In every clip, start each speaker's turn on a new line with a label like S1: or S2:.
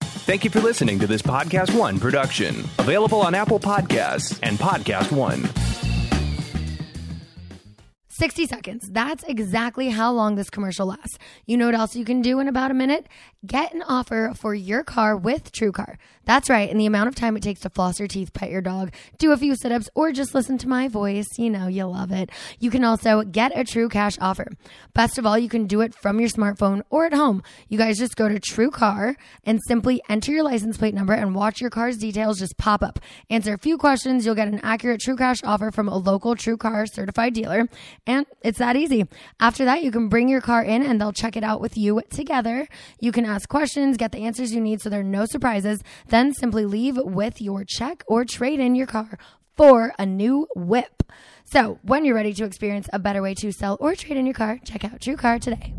S1: Thank you for listening to this Podcast One production, available on Apple Podcasts and Podcast One.
S2: 60 seconds. That's exactly how long this commercial lasts. You know what else you can do in about a minute? Get an offer for your car with TrueCar. That's right, in the amount of time it takes to floss your teeth, pet your dog, do a few sit ups, or just listen to my voice. You know, you love it. You can also get a true cash offer. Best of all, you can do it from your smartphone or at home. You guys just go to TrueCar and simply enter your license plate number and watch your car's details just pop up. Answer a few questions, you'll get an accurate true cash offer from a local true car certified dealer. And it's that easy. After that, you can bring your car in and they'll check it out with you together. You can ask questions, get the answers you need so there are no surprises. Then simply leave with your check or trade in your car for a new whip. So when you're ready to experience a better way to sell or trade in your car, check out True Car today.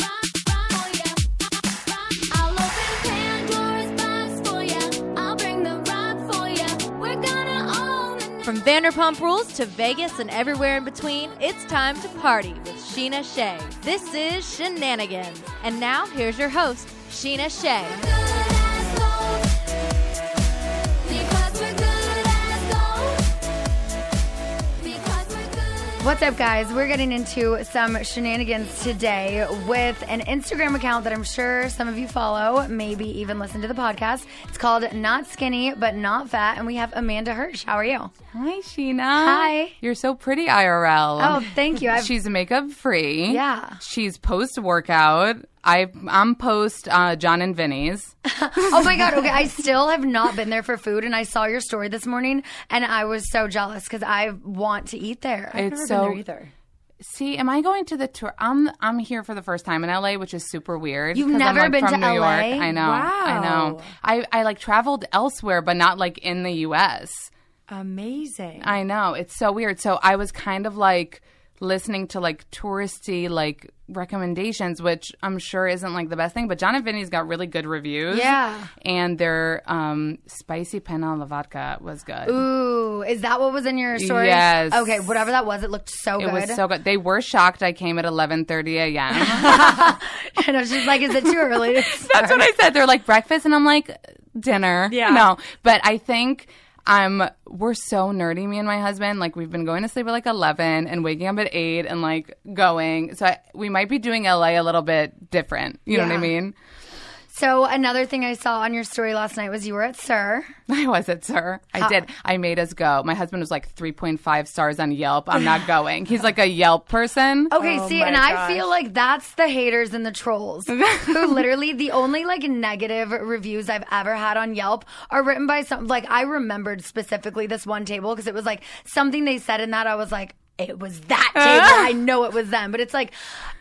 S3: oh From Vanderpump Rules to Vegas and everywhere in between, it's time to party with Sheena Shea. This is Shenanigans. And now, here's your host, Sheena Shea.
S4: What's up, guys? We're getting into some shenanigans today with an Instagram account that I'm sure some of you follow, maybe even listen to the podcast. It's called Not Skinny But Not Fat, and we have Amanda Hirsch. How are
S5: Um,
S4: you?
S5: Hi, Sheena.
S4: Hi.
S5: You're so pretty, IRL.
S4: Oh, thank you. I've-
S5: She's makeup free.
S4: Yeah.
S5: She's post workout. I I'm post uh, John and Vinny's.
S4: Oh my god! Okay, I still have not been there for food, and I saw your story this morning, and I was so jealous because I want to eat there.
S5: it's so See, am I going to the tour? I'm I'm here for the first time in LA, which is super weird.
S4: You've
S5: 'cause I'm,
S4: never
S5: like,
S4: been
S5: from
S4: to
S5: New
S4: LA?
S5: York. I know. I know. I I like traveled elsewhere, but not like in the U.S.
S6: Amazing.
S5: I know. It's so weird. So I was kind of like listening to like touristy like recommendations, which I'm sure isn't like the best thing. But John and Vinny's got really good reviews.
S4: Yeah.
S5: And their um spicy penne alla vodka was good.
S4: Ooh, is that what was in your story?
S5: Yes.
S4: Okay, whatever that was, it looked so
S5: it
S4: good.
S5: was so good. They were shocked I came at 11:30 a.m.
S4: and I was just like, is it too early? to start?
S5: That's what I said. They're like breakfast, and I'm like dinner.
S6: Yeah.
S5: No, but I think um we're so nerdy. Me and my husband, like we've been going to sleep at like eleven and waking up at eight and like going. So I, we might be doing LA a little bit different. You know what
S4: Yeah.
S5: I mean?
S4: So another thing I saw on your story last night was you were at Sir.
S5: I was at Sir.
S4: Uh,
S5: I did. I made us go. My husband was like 3.5 stars on Yelp. I'm not going. He's like a Yelp person.
S4: Okay,
S6: Oh
S4: see,
S6: my
S4: and I
S6: gosh.
S4: feel like that's the haters and the trolls who literally the only like negative reviews I've ever had on Yelp are written by some like I remembered specifically this one table because it was like something they said in that I was like it was that table I know it was them but it's like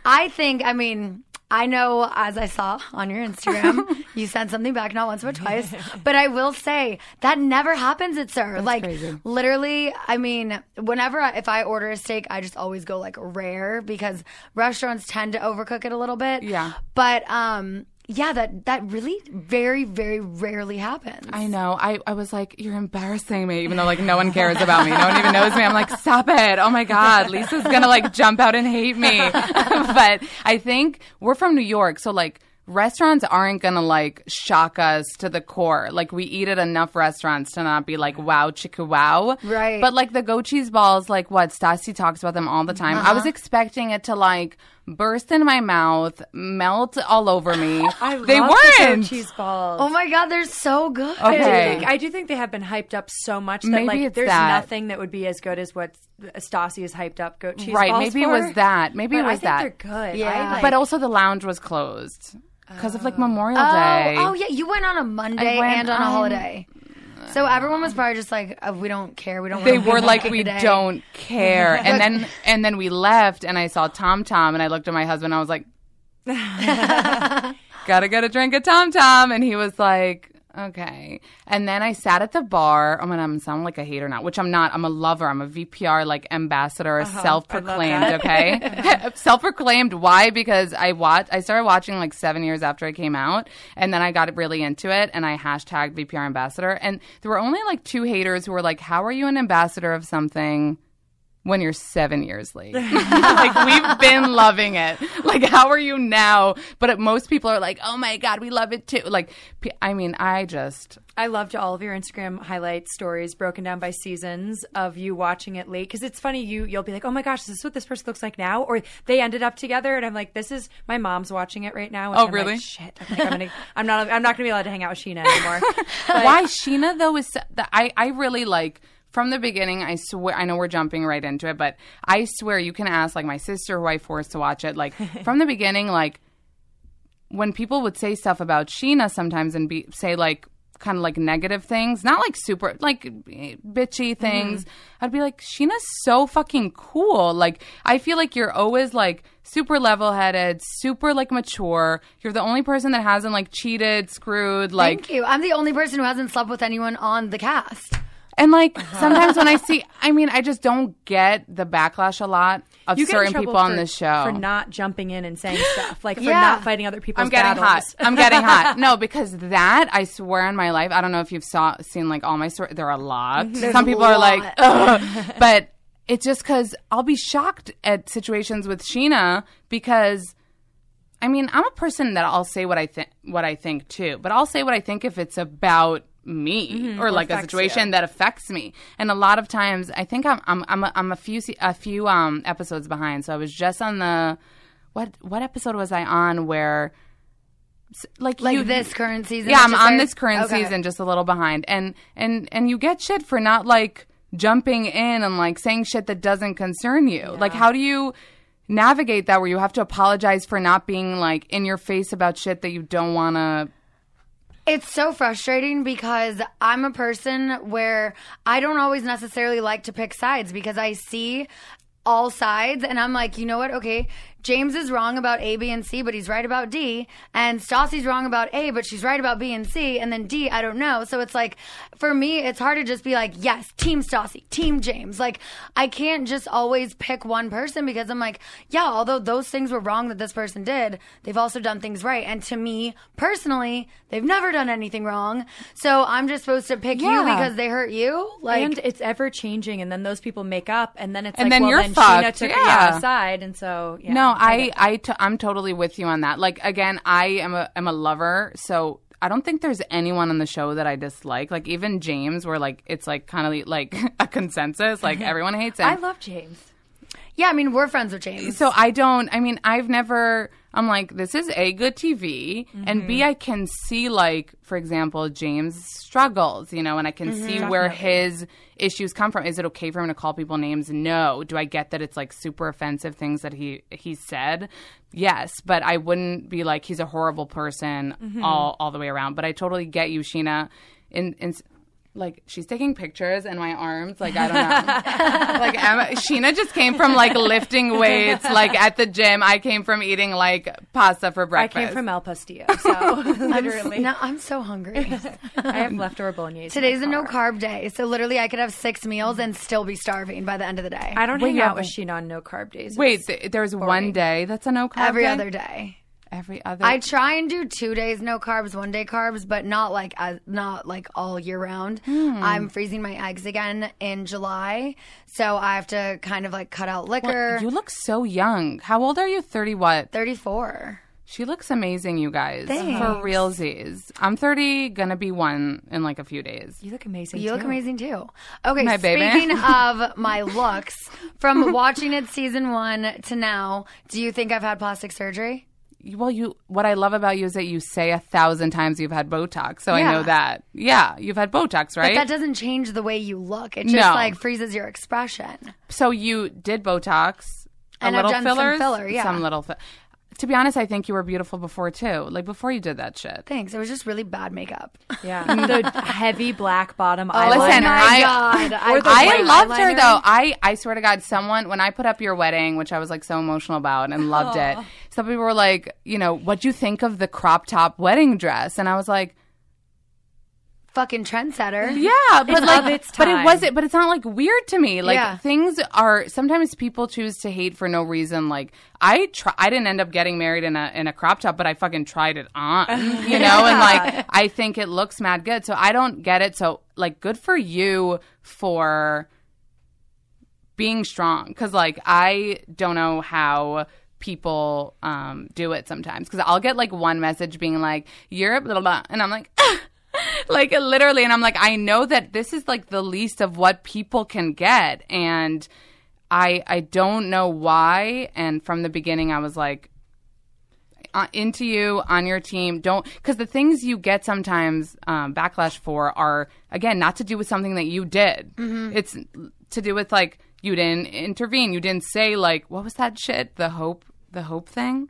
S4: I think I mean I know as I saw on your Instagram you sent something back not once but twice but I will say that never happens at Sir like
S5: crazy.
S4: Literally, I mean, whenever I, if I order a steak, I just always go like rare because restaurants tend to overcook it a little bit.
S5: Yeah.
S4: But um yeah, that that really very very rarely happens.
S5: I know. I, I was like, you're embarrassing me, even though like no one cares about me. No one even knows me. I'm like, stop it. Oh my God. Lisa's gonna like jump out and hate me. but I think we're from New York, so like restaurants aren't gonna like shock us to the core. Like we eat at enough restaurants to not be like wow chicka wow.
S4: Right.
S5: But like the goat cheese balls, like what Stassi talks about them all the time. I
S6: Uh-huh.
S5: was expecting it to like burst in my mouth, melt all over me.
S6: I
S5: they
S6: love the goat
S5: weren't.
S6: cheese balls.
S4: Oh my god, they're so good.
S6: I do
S5: Okay.
S6: think- I do think they have been hyped up so much that
S5: Maybe
S6: like
S5: it's
S6: there's
S5: that.
S6: nothing that would be as good as what Stassi is hyped up goat cheese
S5: Right,
S6: balls
S5: maybe it
S6: for.
S5: was that. Maybe it
S6: But I
S5: was
S6: think
S5: that.
S6: They're good.
S4: Yeah.
S6: I, like,
S5: but also the lounge was closed because of like Memorial
S4: Oh,
S5: Day.
S4: oh yeah, you went on a Monday
S5: I went
S4: and on a
S5: on-
S4: holiday. So everyone was probably just like, oh, we don't care. We don't.
S5: They
S4: wanna
S5: were
S4: be
S5: like,
S4: here
S5: we
S4: today."
S5: don't care. And then and then we left, and I saw Tom Tom, and I looked at my husband. I was like, gotta get a drink at Tom Tom, and he was like. Okay. And then I sat at the bar. Oh I'm gonna sound like a hater now, which I'm not. I'm a lover. I'm a VPR like ambassador, self proclaimed, okay? self proclaimed. Why? Because I watch I started watching like seven years after I came out and then I got really into it and I hashtagged VPR ambassador. And there were only like two haters who were like, How are you an ambassador of something? when you're seven years late. like we've been loving it. Like how are you now? But it, most people are like, oh my god, we love it too. Like, p- I mean, I just
S6: I loved all of your Instagram highlight stories broken down by seasons of you watching it late because it's funny you you'll be like, oh my gosh, is this what this person looks like now? Or they ended up together, and I'm like, this is my mom's watching it right now. And
S5: Oh,
S6: I'm
S5: really?
S6: Like, Shit, I think I'm, gonna, I'm not I'm not gonna be allowed to hang out with Sheena anymore. But-
S5: why Sheena though is so- the, I I really like. From the beginning, I swear, I know we're jumping right into it, but I swear you can ask like my sister who I forced to watch it. Like, from the beginning, like when people would say stuff about Sheena sometimes and be, say like kind of like negative things, not like super like bitchy things, I'd be like, Sheena's so fucking cool. Like I feel like you're always like super level headed, super like mature. You're the only person that hasn't like cheated, screwed, like
S4: Thank you. I'm the only person who hasn't slept with anyone on the cast.
S5: and like
S6: Uh-huh.
S5: sometimes when I see I mean, I just don't get the backlash a lot of
S6: you get in
S5: certain
S6: trouble
S5: people on
S6: for-
S5: this show.
S6: for not jumping in and saying stuff, like for
S4: Yeah.
S6: not fighting other people's
S5: I'm getting
S6: battles.
S5: hot. I'm getting hot. No, because that I swear on my life. I don't know if you've saw seen like all my stories. There are a
S6: Mhm.
S5: lot. Some people are like, Ugh. but it's just because I'll be shocked at situations with Sheena because. I mean, I'm a person that I'll say what I think, what I think too, but I'll say what I think if it's about me
S4: Mm-hmm.
S5: or like a situation that affects me. And a lot of times, I think I'm I'm I'm a, I'm a few se- a few um episodes behind. So I was just on the what what episode was I on where s- like
S4: Like
S5: you-
S4: this current season.
S5: yeah,
S4: which
S5: I'm
S4: is
S5: on
S4: aired-
S5: this current
S4: Okay.
S5: season, just a little behind, and and and you get shit for not like jumping in and like saying shit that doesn't concern you. Like, how do you navigate that where you have to apologize for not being like in your face about shit that you don't want to?
S4: It's so frustrating because I'm a person where I don't always necessarily like to pick sides because I see all sides and I'm like, you know what? Okay, James is wrong about A, B, and C, but he's right about D. And Stassi's wrong about A, but she's right about B and C. And then D, I don't know. So it's like, for me, it's hard to just be like, yes, Team Stassi, Team James. Like, I can't just always pick one person because I'm like, yeah, although those things were wrong that this person did, they've also done things right. And to me personally, they've never done anything wrong. So I'm just supposed to pick you
S5: Yeah.
S4: because they hurt you. Like,
S6: and it's ever changing, and then those people make up, and then it's
S5: And
S6: like,
S5: then
S6: well,
S5: you're
S6: then Sheena
S5: fucked,
S6: took
S5: yeah.
S6: a side, and so yeah,
S5: no, I I t- I'm totally with you on that. Like again, I am a am a lover, so. I don't think there's anyone on the show that I dislike. Like even James, where like it's like kind of like a consensus. Like everyone hates him.
S6: I love James.
S4: yeah, I mean, we're friends with James.
S5: So I don't. I mean, I've never. I'm like, this is a good TV, and b I can see like, for example, James struggles, you know, and I can see where his issues come from. Is it okay for him to call people names? No. Do I get that it's like super offensive things that he he said? Yes, but I wouldn't be like he's a horrible person all all the way around. But I totally get you, Sheena. In in. Like she's taking pictures and my arms, like I don't know. like Emma, Sheena just came from like lifting weights, like at the gym. I came from eating like pasta for
S6: I
S5: breakfast.
S6: came from El Pastillo, so literally,
S4: now I'm so hungry.
S6: I have leftover bolognese.
S4: Today's a no carb day, so literally I could have six meals and still be starving by the end of the day.
S6: I don't hang out with Sheena on no carb days.
S5: Wait, th- there's one day that's a no carb.
S4: Every
S5: day?
S4: other day.
S5: Every other.
S4: I try and do two days no carbs, one day carbs, but not like uh, not like all year round.
S5: Hmm.
S4: I'm freezing my eggs again in July, so I have to kind of like cut out liquor.
S5: you look so young. How old are you? Thirty what?
S4: Thirty four.
S5: She looks amazing, you guys. For realsies. I'm 30, gonna be one in like a few days.
S6: You look amazing.
S4: You
S6: too.
S4: look amazing too. Okay,
S5: My baby.
S4: speaking of my looks, from watching it season one to now, do you think I've had plastic surgery?
S5: Well, you. What I love about you is that you say a thousand times you've had Botox, so I
S4: Yeah.
S5: know that. Yeah, you've had Botox,
S4: But
S5: right?
S4: that doesn't change the way you look. It just
S5: No.
S4: like freezes your expression.
S5: so you did Botox, a
S4: And I've
S5: little
S4: done some
S5: fillers,
S4: filler, yeah.
S5: some little. Fi- to be honest, I think you were beautiful before too. Like before you did that shit.
S4: Thanks. It was just really bad makeup.
S6: Yeah, the heavy black bottom eyeliner.
S5: Oh, Listen, I,
S4: God.
S5: I,
S4: Or the white
S5: loved her
S4: eyeliner.
S5: though. I, I swear to God, someone when I put up your wedding, which I was like so emotional about and loved it.
S4: Oh.
S5: Some people were like, you know, what'd you think of the crop top wedding dress? And I was like,
S4: Fucking trendsetter.
S5: yeah, but
S6: of
S5: like,
S6: its
S5: but it
S6: time.
S5: wasn't. But it's not like weird to me. Like
S4: Yeah.
S5: things are sometimes people choose to hate for no reason. Like I try, I didn't end up getting married in a in a crop top, but I fucking tried it on, you know. And like I think it looks mad good, so I don't get it. So like, good for you for being strong because like i don't know how people um, do it sometimes because i'll get like one message being like you're blah blah, blah and i'm like like literally and i'm like i know that this is like the least of what people can get and i i don't know why and from the beginning i was like uh, into you on your team don't because the things you get sometimes um, backlash for are again not to do with something that you did it's to do with like you didn't intervene you didn't say like what was that shit the hope the hope thing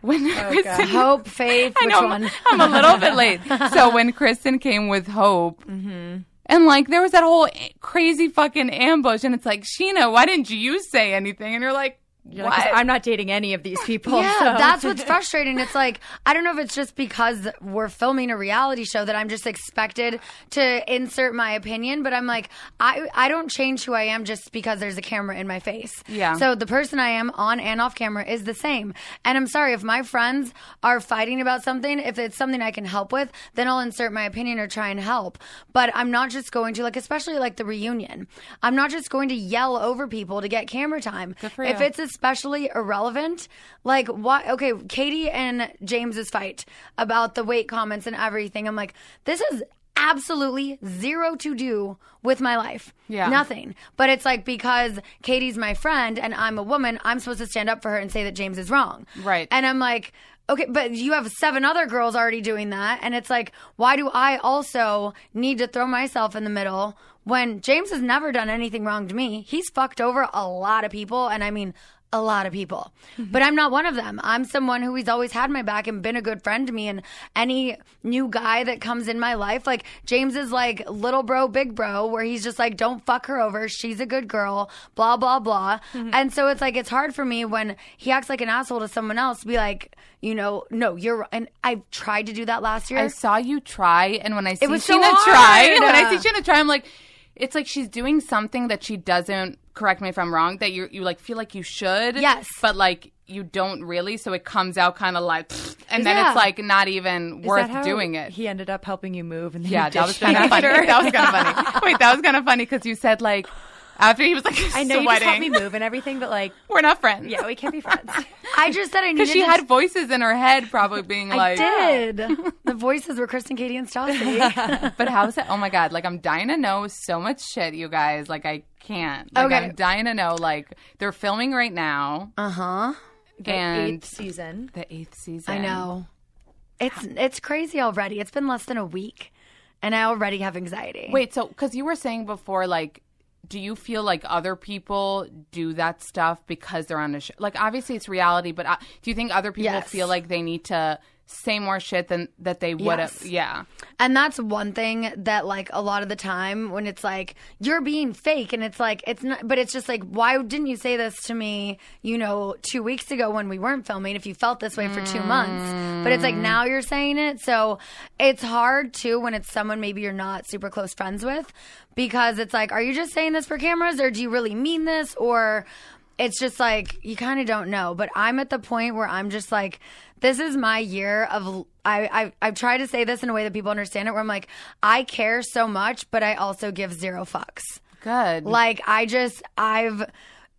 S5: when
S4: Hope, faith,
S5: I
S4: which
S5: know,
S4: one?
S5: I'm a little bit late. So when Kristen came with Hope, and like there was that whole a- crazy fucking ambush, and it's like Sheena, why didn't you say anything? And you're like,
S6: You're
S5: what?
S6: like, 'Cause I'm not dating any of these people.
S4: Yeah,
S6: so.
S4: that's what's frustrating. It's like I don't know if it's just because we're filming a reality show that I'm just expected to insert my opinion, but I'm like I I don't change who I am just because there's a camera in my face.
S5: Yeah.
S4: So the person I am on and off camera is the same. And I'm sorry if my friends are fighting about something, if it's something I can help with, then I'll insert my opinion or try and help. But I'm not just going to like especially like the reunion. I'm not just going to yell over people to get camera time. If it's especially irrelevant, like why? Okay, Katie and James's fight about the weight comments and everything. I'm like, this is absolutely zero to do with my life.
S5: Yeah.
S4: Nothing. But it's like because Katie's my friend and I'm a woman, I'm supposed to stand up for her and say that James is wrong.
S5: Right.
S4: And I'm like, okay, but you have seven other girls already doing that. And it's like, why do I also need to throw myself in the middle when James has never done anything wrong to me? He's fucked over a lot of people. And I mean, a lot of people,
S5: Mm-hmm.
S4: but I'm not one of them. I'm someone who he's always had my back and been a good friend to me. And any new guy that comes in my life, like James is like little bro, big bro, where he's just like, don't fuck her over. She's a good girl, blah, blah, blah.
S5: Mm-hmm.
S4: And so it's like, it's hard for me when he acts like an asshole to someone else to be like, you know, no, you're, and I tried to do that last year.
S5: I saw you try, and when I see
S4: was so
S5: Sheena
S4: hard.
S5: try, when I
S4: Yeah.
S5: see Sheena try, I'm like, it's like she's doing something that she doesn't. Correct me if I'm wrong. That you you like feel like you should,
S4: Yes.
S5: but like you don't really. So it comes out kind of like, and then
S4: Yeah.
S5: it's like not even
S6: Is
S5: worth
S6: that how
S5: doing it.
S6: He ended up helping you move, and then
S5: Yeah,
S6: you
S5: that was
S6: dished
S5: kind of
S6: it
S5: funny.
S6: after.
S5: That was kind of funny. Wait, that was kind of funny because you said like after he was like
S6: I know
S5: sweating,
S6: you just helped me move and everything, but like,
S5: we're not friends.
S6: yeah, we can't be friends.
S4: I just said I needed
S5: because she
S4: to-
S5: had voices in her head, probably being
S4: I
S5: like,
S4: did. the voices were Kristen, Katie, and Stassi.
S5: But how's that? Oh my god! Like I'm dying to know so much shit, you guys. Like I can't. Like,
S4: Okay.
S5: I'm dying to know. Like they're filming right now. Uh huh. And
S6: Uh-huh. Eighth season.
S5: the eighth season.
S4: I know. It's it's crazy already. It's been less than a week, and I already have anxiety.
S5: Wait, so because you were saying before, like, do you feel like other people do that stuff because they're on a show? Like, obviously it's reality, but uh, do you think other people
S4: Yes.
S5: feel like they need to say more shit than that they would have?
S4: Yes.
S5: Yeah,
S4: And that's one thing that, like, a lot of the time when it's like, you're being fake, and it's like, it's not, but it's just like, why didn't you say this to me, you know, two weeks ago when we weren't filming if you felt this way for two months? But it's like, now you're saying it. So it's hard too when it's someone maybe you're not super close friends with because it's like, are you just saying this for cameras or do you really mean this? Or, it's just like you kind of don't know but i'm at the point where i'm just like this is my year of I, I i've tried to say this in a way that people understand it where i'm like i care
S5: Mm-hmm.
S4: so much but i also give zero fucks
S5: good.
S4: like i just i've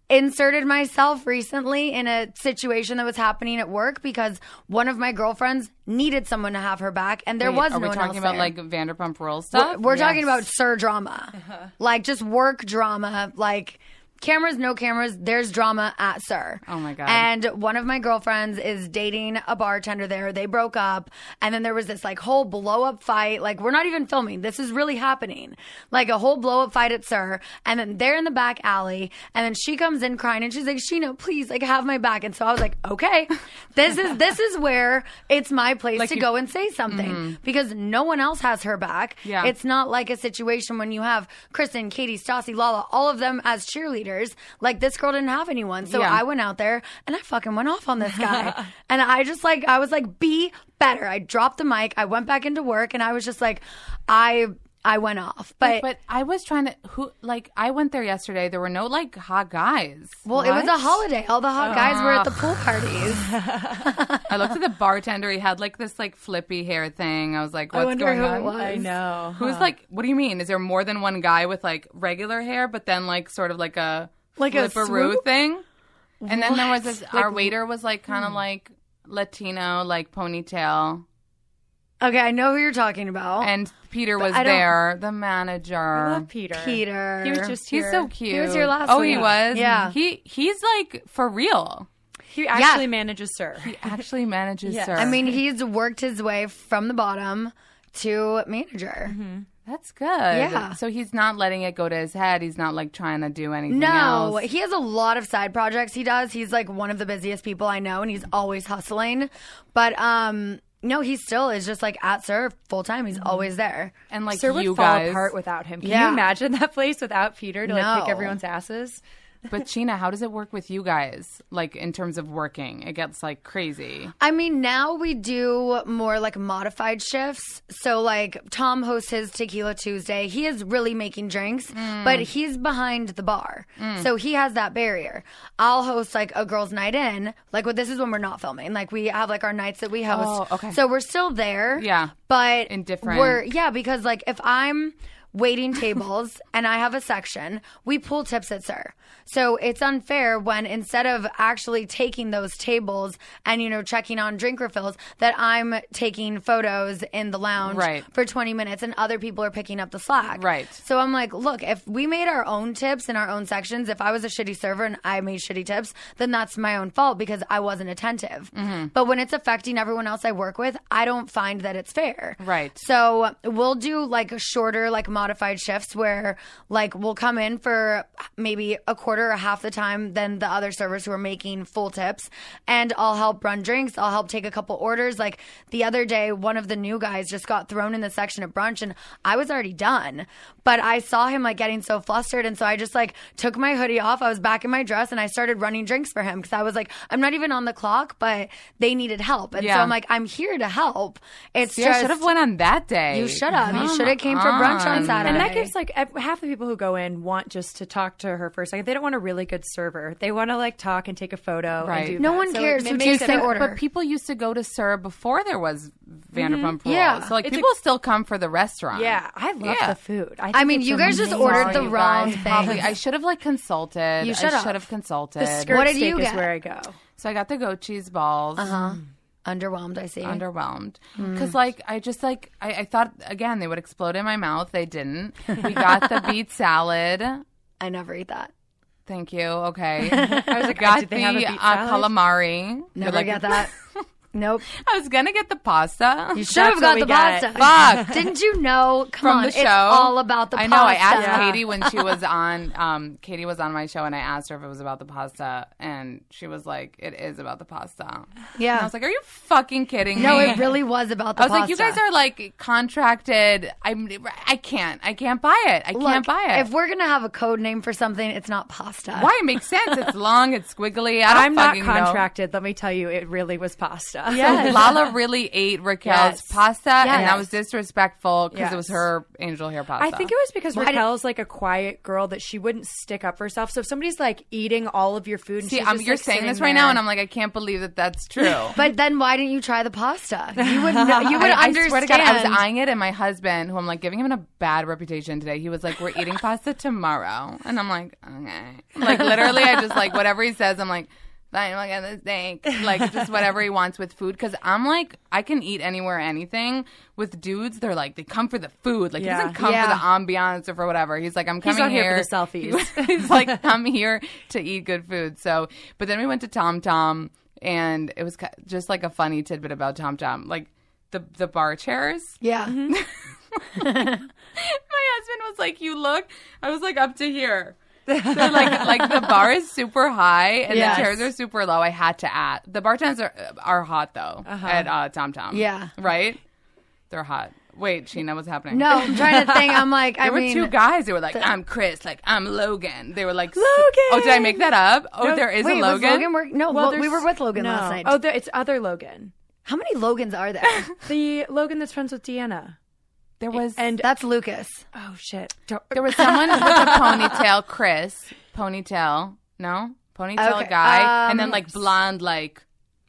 S4: inserted myself recently in a situation that was happening at work because one of my girlfriends needed someone to have her back, and there
S5: Wait,
S4: was
S5: Are
S4: no
S5: we
S4: one
S5: talking
S4: else
S5: about
S4: there.
S5: like Vanderpump Rules
S4: We're,
S5: stuff? Uh-huh.
S4: we're talking about sir drama, like just work drama, like cameras, no cameras. There's drama at sir.
S5: Oh my God.
S4: And one of my girlfriends is dating a bartender there. They broke up, and then there was this like whole blow up fight. Like we're not even filming. This is really happening. Like a whole blow up fight at sir, and then they're in the back alley, and then she comes in crying, and she's like, "Sheena, please, like have my back." And so I was like, "Okay, this is this is where it's my place to
S5: you- Mm-hmm.
S4: go and say something because no one else has her back."
S5: Yeah.
S4: It's not like a situation when you have Kristen, Katie, Stassi, Lala, all of them as cheerleaders. Like this girl didn't have anyone. So
S5: Yeah.
S4: I went out there and I fucking went off on this guy. and I just like I was like, be better. I dropped the mic. I went back into work and I was just like, I I went off. But,
S5: But I was trying to who like I went there yesterday. There were no like hot guys.
S4: well, it was a holiday. All the hot guys were at the
S6: Oh.
S4: pool parties.
S5: I looked at the bartender. He had like this like flippy hair thing. I was like, what's
S4: wonder
S5: going
S4: who it
S5: on?
S4: was. I
S6: know,
S5: Who's like? What do you mean? Is there more than one guy with like regular hair, but then like sort of like a
S4: Like a
S5: flipperoo
S4: swoop?
S5: thing? And then there was this. our waiter was like kind
S4: hmm.
S5: of like Latino, like ponytail,
S4: okay, I know who you're talking about.
S5: and Peter was
S4: Oh. I don't-
S5: there, the manager.
S6: I love Peter.
S4: Peter.
S6: He was just here.
S5: He's so cute.
S4: He was here last
S5: Oh, he
S4: week.
S5: was.
S4: Yeah.
S5: He he's like for real.
S6: He actually manages Sir.
S5: He actually manages
S6: Yes.
S5: sir.
S4: I mean, he's worked his way from the bottom to manager.
S5: that's good.
S4: Yeah.
S5: So he's not letting it go to his head. He's not like trying to do anything.
S4: No,
S5: else.
S4: he has a lot of side projects he does. He's like one of the busiest people I know and he's always hustling. But um no, he still is just like at serve full time.
S5: Mm-hmm.
S4: He's always there.
S5: and like
S6: Sir would
S5: you
S6: fall
S5: guys.
S6: apart without him. Can
S4: Yeah.
S6: you imagine that place without Peter to like
S4: No.
S6: kick everyone's asses?
S5: but Sheena, how does it work with you guys? Like in terms of working, it gets like crazy.
S4: I mean, now we do more like modified shifts. So, like, Tom hosts his Tequila Tuesday. He is really making drinks,
S5: Mm.
S4: but he's behind the bar. So, he has that barrier. I'll host like a girls' night in. Like, well, this is when we're not filming. Like, we have like our nights that we host.
S5: Oh, okay.
S4: So, we're still there.
S5: Yeah.
S4: But
S5: In different-
S4: We're, yeah, because like, if I'm waiting tables and I have a section, we pull tips at Sir. So it's unfair when instead of actually taking those tables and, you know, checking on drink refills, that I'm taking photos in the lounge
S5: Right.
S4: for 20 minutes and other people are picking up the slack.
S5: Right.
S4: So I'm like, look, if we made our own tips in our own sections, if I was a shitty server and I made shitty tips, then that's my own fault because I wasn't attentive.
S5: Mm-hmm.
S4: But when it's affecting everyone else I work with, I don't find that it's fair.
S5: Right.
S4: So we'll do like a shorter, like modified shifts where like we'll come in for maybe a quarter or half the time than the other servers who are making full tips. And I'll help run drinks. I'll help take a couple orders. Like the other day, one of the new guys just got thrown in the section at brunch and I was already done. But I saw him like getting so flustered. And so I just like took my hoodie off. I was back in my dress and I started running drinks for him because I was like, I'm not even on the clock, but they needed help. And so
S5: Yeah.
S4: I'm like, I'm here to help. It's
S5: See, I
S4: just.
S5: should have went on that day.
S4: You should have. You
S5: Come
S4: should have came for brunch on Saturday.
S6: And that gives like ev- half the people who go in want just to talk to her for a second. They don't want a really good server. They want to like talk and take a photo.
S5: Right.
S6: And do
S4: No
S6: that.
S4: one
S6: So
S4: cares
S6: it
S4: who
S6: makes
S4: takes
S6: it
S4: their
S6: a-
S4: order.
S5: But people used to go to Sir before there was Vanderpump Rules.
S4: Mm-hmm. Yeah.
S5: So like
S6: It's a-
S5: people still come for the restaurant.
S6: Yeah, I love
S5: Yeah.
S6: the food. I,
S4: I
S6: think
S4: mean,
S6: it's
S4: you guys just
S6: amazing.
S4: ordered the
S5: you
S4: wrong
S5: guys.
S4: thing.
S5: Probably, I should have like consulted.
S4: You
S5: I
S4: should've.
S5: should have consulted.
S6: the skirt
S4: What
S6: what
S4: did you
S6: steak is
S4: get?
S6: where I go.
S5: So I got the goat cheese balls.
S4: Uh-huh.
S5: Mm-hmm.
S4: Underwhelmed, I see.
S5: Underwhelmed
S4: Mm.
S5: because, like, I just like I, I thought again they would explode in my mouth. They didn't. We got the beet salad.
S4: I never eat that. Thank
S5: Thank you. Okay, I was like, got
S6: did
S5: the
S6: they have a beet
S5: uh,
S6: salad?
S5: calamari.
S4: Never
S5: like,
S4: get that. nope.
S5: I was gonna get the pasta.
S4: You should have got
S6: what
S4: the
S6: we got.
S4: pasta.
S5: Fuck.
S4: Didn't you know? Come
S5: from
S4: on,
S5: the show.
S4: it's all about the
S5: I
S4: pasta.
S5: know. I asked Katie when she was on. Um, Katie was on my show, and I asked her if it was about the pasta, and she was like, "It is about the pasta."
S4: Yeah.
S5: And I was like, "Are you fucking kidding
S4: No,
S5: me?"
S4: it really was about the
S5: I was
S4: pasta.
S5: like, "You guys are like contracted. I'm. I can't. I can't buy it. I
S4: Look,
S5: can't buy it.
S4: If we're gonna have a code name for something, it's not pasta.
S5: Why? It makes sense. It's long. It's squiggly. I don't
S6: I'm not
S5: fucking know.
S6: contracted. Let me tell you, it really was pasta.
S3: stuff.
S5: So Lala really ate Raquel's
S3: Yes.
S5: pasta, and that
S4: Yes.
S5: was disrespectful because it was
S6: Yes.
S5: her angel hair pasta.
S6: I think it was because Raquel's like a quiet girl that she wouldn't stick up for herself. So if somebody's like eating all of your food, and
S5: See,
S6: she's
S5: I'm,
S6: just,
S5: you're
S6: like,
S5: saying
S6: sitting
S5: this right
S6: there-
S5: now, and I'm like, I can't believe that that's true.
S4: But then why didn't you try the pasta? You would know, you would
S5: I, I
S4: understand.
S5: swear to God, I was eyeing it, and my husband, who I'm like giving him a bad reputation today, he was like, "We're eating pasta tomorrow," and I'm like, "Okay." Like literally, I just like whatever he says, I'm like, "Fine, we'll get this steak." Like just whatever he wants with food, because I'm like, I can eat anywhere, anything. With dudes, they're like, they come for the food. Like he
S6: Yeah.
S5: doesn't come
S4: Yeah.
S5: for the ambiance or for whatever. He's like, I'm coming
S6: not here for the selfies.
S5: He's like, I'm here to eat good food. So, but then we went to Tom Tom, and it was ki- just like a funny tidbit about Tom Tom, like the the bar chairs.
S4: yeah.
S5: Mm-hmm. My husband was like, "You look," I was like, "Up to here." So like like the bar is super high and
S4: Yes.
S5: the chairs are super low. I had to add the bartenders are are hot though at uh, Tom Tom.
S4: Uh-huh. Yeah.
S5: right. They're hot. Wait, Sheena, what's happening?
S4: No, I'm trying to think. I'm like, I
S5: There were
S4: mean,
S5: two guys. They were like, "I'm Chris," like, "I'm Logan." They were like, Logan. Oh, did I make that up? Oh, there is
S4: wait,
S5: a
S4: was
S5: Logan.
S4: Logan work? No,
S6: Well,
S4: well, we
S6: there's-
S4: were with Logan
S6: no.
S4: last night.
S6: Oh, there, it's other Logan,
S4: How many Logans are there?
S6: the Logan that's friends with Deanna.
S5: there was
S6: And
S4: That's Lucas.
S6: oh shit, Don't-
S5: there was someone with a ponytail, Chris ponytail. No ponytail
S4: Okay,
S5: guy, and then
S4: um,
S5: like blonde like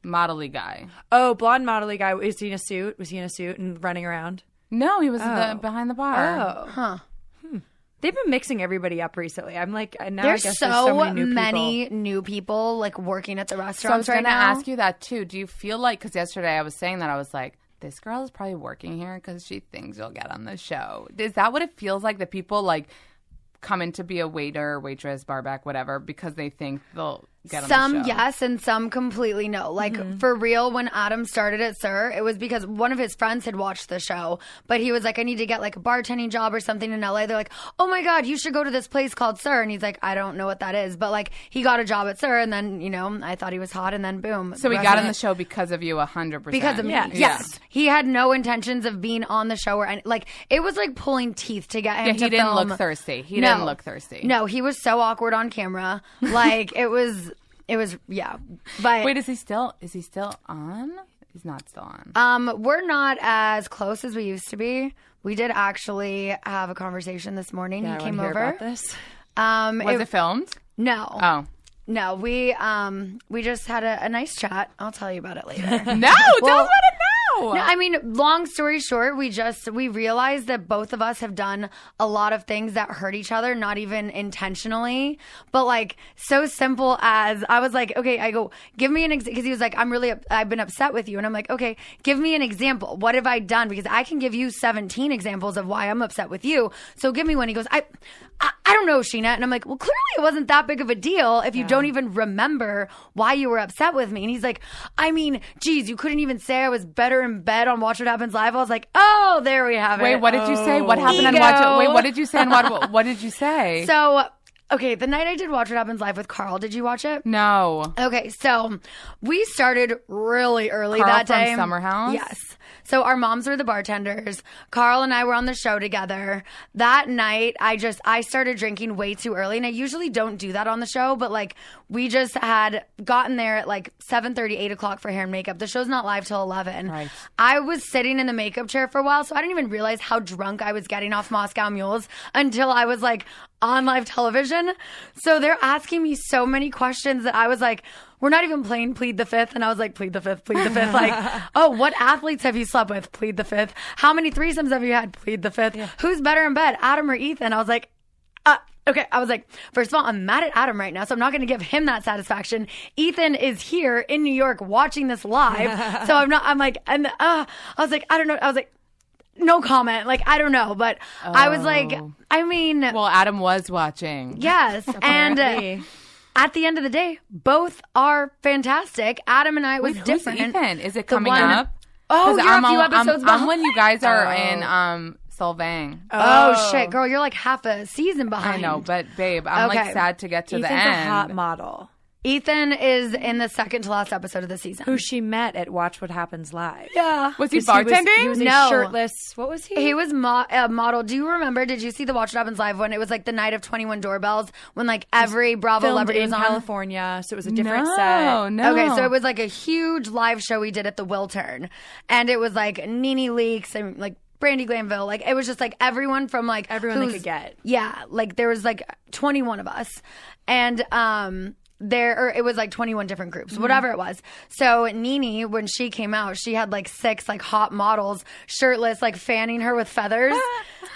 S5: modelly guy.
S6: oh blonde modelly guy. Is he in a suit? Was he in a suit and running around?
S5: No, he was the, behind the bar.
S6: Oh,
S4: Huh.
S6: they've been mixing everybody up recently. I'm like, and now I
S4: There's
S6: guess
S4: so,
S6: there's so many
S4: many,
S6: new people.
S4: new people like working at the
S5: So I was
S4: restaurants
S5: going
S4: right
S5: to
S4: now.
S5: ask you that too. Do you feel like because yesterday I was saying that I was like, this girl is probably working here because she thinks you'll get on the show. Is that what it feels like that people like come in to be a waiter, waitress, barback, whatever because they think they'll get on
S4: some
S5: the show? Mm-hmm.
S4: yes and some completely no. Like for real, when Adam started at Sir, it was because one of his friends had watched the show, but he was like, I need to get like a bartending job or something in LA. They're like, Oh my god, you should go to this place called Sir, and he's like, I don't know what that is, but like he got a job at Sir, and then you know I thought he was hot, and then boom.
S5: So we got on
S4: restaurant-
S5: the show because of you, hundred percent.
S4: because of me. Yes. he had no intentions of being on the show or any, like it was like pulling teeth to get him.
S5: Yeah, he
S4: to
S5: didn't
S4: film.
S5: look thirsty. He
S4: No.
S5: didn't look thirsty.
S4: No, he was so awkward on camera. Like it was, it was yeah. But
S5: Wait, is he still? Is he still on? He's not still on.
S4: um, we're not as close as we used to be. We did actually have a conversation this morning. he came over.
S6: this.
S4: Um,
S5: was
S4: it-
S5: it filmed?
S4: no,
S5: Oh.
S4: no. We um, we just had a, a nice chat. I'll tell you about it later.
S5: No,
S4: Well-
S5: don't let it know.
S4: No, I mean, long story short, we just we realized that both of us have done a lot of things that hurt each other, not even intentionally, but like so simple as I was like, okay, I go, give me an because he was like, I'm really up- I've been upset with you, and I'm like, okay, give me an example. What have I done? Because I can give you 17 examples of why I'm upset with you. So give me one. He goes, I, I, I don't know, Sheena, and I'm like, well, clearly it wasn't that big of a deal if you don't even remember why you were upset with me. And he's like, I mean, geez, you couldn't even say I was better in bed on Watch What Happens Live. I was like, oh, there we have
S5: Wait,
S4: it.
S5: what did you say? What happened on
S4: Ego.
S5: Watch It? Wait, what did you say on Watch What, what did you say?
S4: So, okay, the night I did Watch What Happens Live with Carl, did you watch
S5: Mm.
S4: it?
S5: no.
S4: Okay, so we started really early
S5: Carl
S4: that
S5: from
S4: day.
S5: Summer House?
S4: Yes. So our moms were the bartenders. Carl and I were on the show together. That night, I just I started drinking way too early, and I usually don't do that on the show, but like we just had gotten there at like 7 8 o'clock for hair and makeup. The show's not live till eleven. Right. I was sitting in the makeup chair for a while, so I didn't even realize how drunk I was getting off Moscow Mules until I was like on live television. So they're asking me so many questions that I was like, we're not even playing plead the fifth. And I was like, plead the fifth, plead the fifth. Like, oh, what athletes have you slept with? Plead the fifth. How many threesomes have you had? Plead the fifth. Who's better in bed, Adam or Ethan? I was like, uh, okay. I was like, first of all, I'm mad at Adam right now, so I'm not going to give him that satisfaction. Ethan is here in New York watching this live, so I'm not. I'm like, and uh, I was like, I don't know. I was like, no comment. Like, I don't know, but I was like, I mean,
S5: Oh. Well, Adam was watching.
S4: yes, and. uh, At the end of the day, both are fantastic. Adam and I it was
S5: Who's
S4: different.
S5: Ethan? Is it
S4: The
S5: coming
S4: one-
S5: up?
S4: Oh,
S5: 'Cause
S4: you're
S5: I'm
S4: a few
S5: al- I'm-
S4: episodes
S5: I'm,
S4: behind.
S5: when you guys are in um Solvang.
S4: Oh, shit, girl, you're like half a season behind.
S5: I know, but babe, I'm
S4: Okay.
S5: like sad to get to
S6: Ethan's
S5: the end.
S6: a hot model.
S4: Ethan is in the second to last episode of the season.
S6: Who she met at Watch What Happens Live.
S4: Yeah.
S5: Was he
S6: 'Cause was-
S5: bartending?
S6: He was, a
S4: No.
S6: shirtless. What was he?
S4: He was mo- a model. Do you remember? Did you see the Watch What Happens Live when it was like the night of 21 doorbells when like every Bravo
S6: filmed
S4: celebrity
S6: in
S4: was on?
S6: California, so it was a different
S5: no,
S6: set.
S5: no.
S4: Okay, so it was like a huge live show we did at the Wiltern, and it was like Nene Leaks and like Brandy Glanville. Like it was just like everyone from like
S6: Everyone they
S4: who's-
S6: could get.
S4: Yeah, like there was like 21 of us, and um. There, or it was like 21 different groups,
S6: Mm-hmm.
S4: whatever it was. So Nene, when she came out, she had like six like hot models, shirtless, like fanning her with feathers,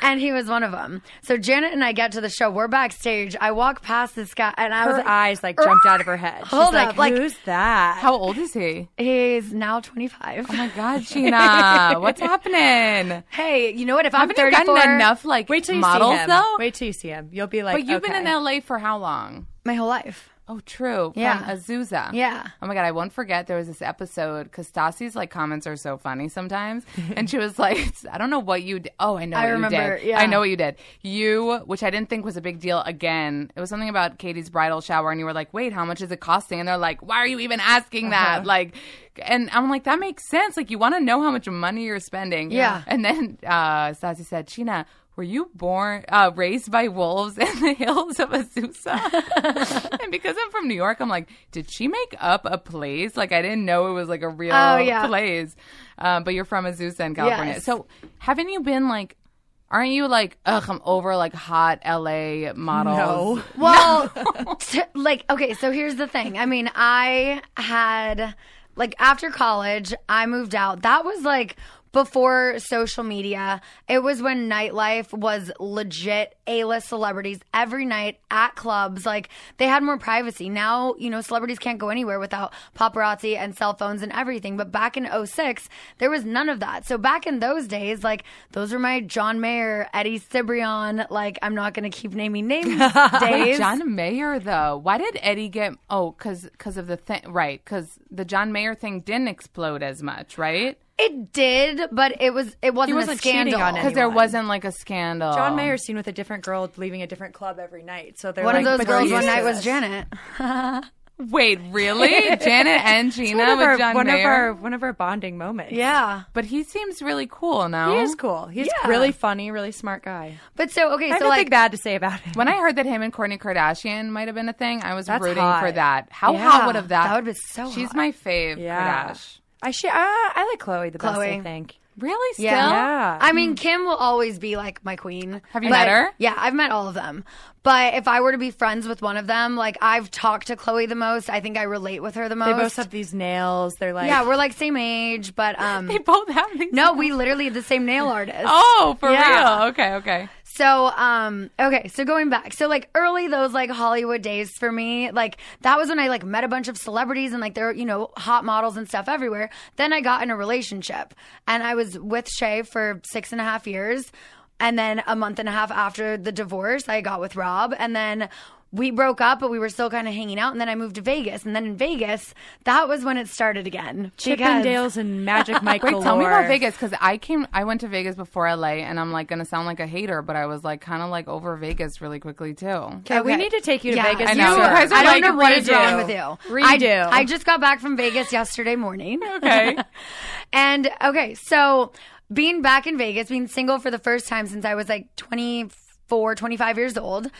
S4: and he was one of them. So Janet and I get to the show. We're backstage. I walk past this guy, and I was
S6: Her
S4: like,
S6: eyes like jumped out of her head. She's
S4: Hold
S6: like,
S4: up, like-
S6: who's that?
S5: How old is he?
S4: He's now 25.
S5: Oh my God, Sheena, what's happening?
S4: Hey, you know what? If I'm
S5: Haven't you
S4: 34,
S5: gotten enough like
S6: Wait till you
S5: models
S6: see him.
S5: though?
S6: Wait till you see him. You'll be like,
S5: but you've
S6: okay.
S5: been in LA for how long?
S4: my whole life.
S5: Oh, true. From
S4: Yeah.
S5: Azusa.
S4: Yeah.
S5: Oh my God, I won't forget. There was this episode because Stassi's like comments are so funny sometimes, and she was like, "I don't know what you. Did. Oh, I know.
S4: I
S5: what
S4: remember,
S5: You did.
S4: yeah.
S5: I know what you did. You, which I didn't think was a big deal. Again, it was something about Katie's bridal shower, and you were like, "Wait, how much is it costing?" And they're like, "Why are you even asking that?"
S4: Uh-huh.
S5: Like, and I'm like, "That makes sense. Like, you want to know how much money you're spending."
S4: Yeah.
S5: And then uh, Stassi said, "Sheena." Were you born uh, raised by wolves in the hills of Azusa? and because I'm from New York, I'm like, did she make up a place? Like I didn't know it was like a real
S4: Oh, yeah.
S5: place. Um, but you're from Azusa in California,
S4: Yes.
S5: so haven't you been like? Aren't you like, ugh, I'm over like hot LA models?
S6: Oh.
S5: No.
S4: Well, t- like, okay, so here's the thing. I mean, I had, like, after college, I moved out. That was like before social media. It was when nightlife was legit A list celebrities every night at clubs. Like, they had more privacy. Now, you know, celebrities can't go anywhere without paparazzi and cell phones and everything. But back in 06, there was none of that. So back in those days, like, those were my John Mayer, Eddie Cibrian, like, I'm not going to keep naming names days.
S5: John Mayer, though. Why did Eddie get? Oh, because of the thing, right? Because the John Mayer thing didn't explode as much, right?
S4: It did, but it was it wasn't,
S6: wasn't
S4: a scandal.
S6: cheating on
S5: Because
S6: anyone.
S5: there wasn't like a scandal.
S6: John Mayer's seen with a different girl leaving a different club every night. So they're
S4: One of
S6: like,
S4: those
S6: but they're
S4: girls one
S6: used
S4: night
S6: to
S4: was
S6: this.
S4: Janet.
S5: Wait, really? Janet and
S6: It's
S5: Gina
S6: One of,
S5: with
S6: our,
S5: John
S6: one, of
S5: Mayer?
S6: our, one of our bonding moments.
S4: Yeah.
S5: But he seems really cool now.
S6: He is cool. He's
S4: Yeah.
S6: really funny, really smart guy.
S4: But so okay,
S6: I have
S4: so
S6: nothing
S4: like
S6: bad to say about him.
S5: When I heard that him and Kourtney Kardashian might have been a thing, I was
S6: That's
S5: rooting for
S6: hot.
S5: that. How
S4: Yeah.
S5: hot would have that?
S4: That would've been so
S5: She's
S4: hot.
S5: my fave.
S6: Yeah.
S5: Kardashian.
S6: I sh- uh, I like Chloe the best.
S4: Chloe.
S6: I think.
S5: Really? Still?
S4: Yeah.
S6: Yeah.
S4: I mean, Kim will always be like my queen.
S5: Have you
S4: But-
S5: met her?
S4: Yeah, I've met all of them. But if I were to be friends with one of them, like I've talked to Chloe the most. I think I relate with her the most.
S6: They both have these nails. They're like,
S4: yeah, we're like same age, but um,
S5: They both have these.
S4: no, we literally the same nail artist.
S5: Oh, for
S4: Yeah.
S5: real? Okay, okay.
S4: So, um, okay, so going back, so like early those like Hollywood days for me, like that was when I like met a bunch of celebrities and like there were, you know, hot models and stuff everywhere. Then I got in a relationship and I was with Shay for six and a half years. And then a month and a half after the divorce, I got with Rob. And then we broke up, but we were still kind of hanging out. And then I moved to Vegas. And then in Vegas, that was when it started again. Because-
S6: Chippendales and Magic Mike.
S5: Wait, tell me
S6: galore.
S5: about Vegas because I came, I went to Vegas before LA, and I'm like gonna sound like a hater, but I was like kind of like over Vegas really quickly too.
S6: Okay, we
S4: Okay.
S6: need to take you to
S4: Yeah.
S6: Vegas.
S5: I know.
S6: You
S5: You guys are
S4: I don't
S5: like,
S4: know what is
S5: redo.
S4: wrong with you.
S6: Redo.
S4: I, I just got back from Vegas yesterday morning.
S5: Okay.
S4: And okay, so being back in Vegas, being single for the first time since I was like 24, 25 years old,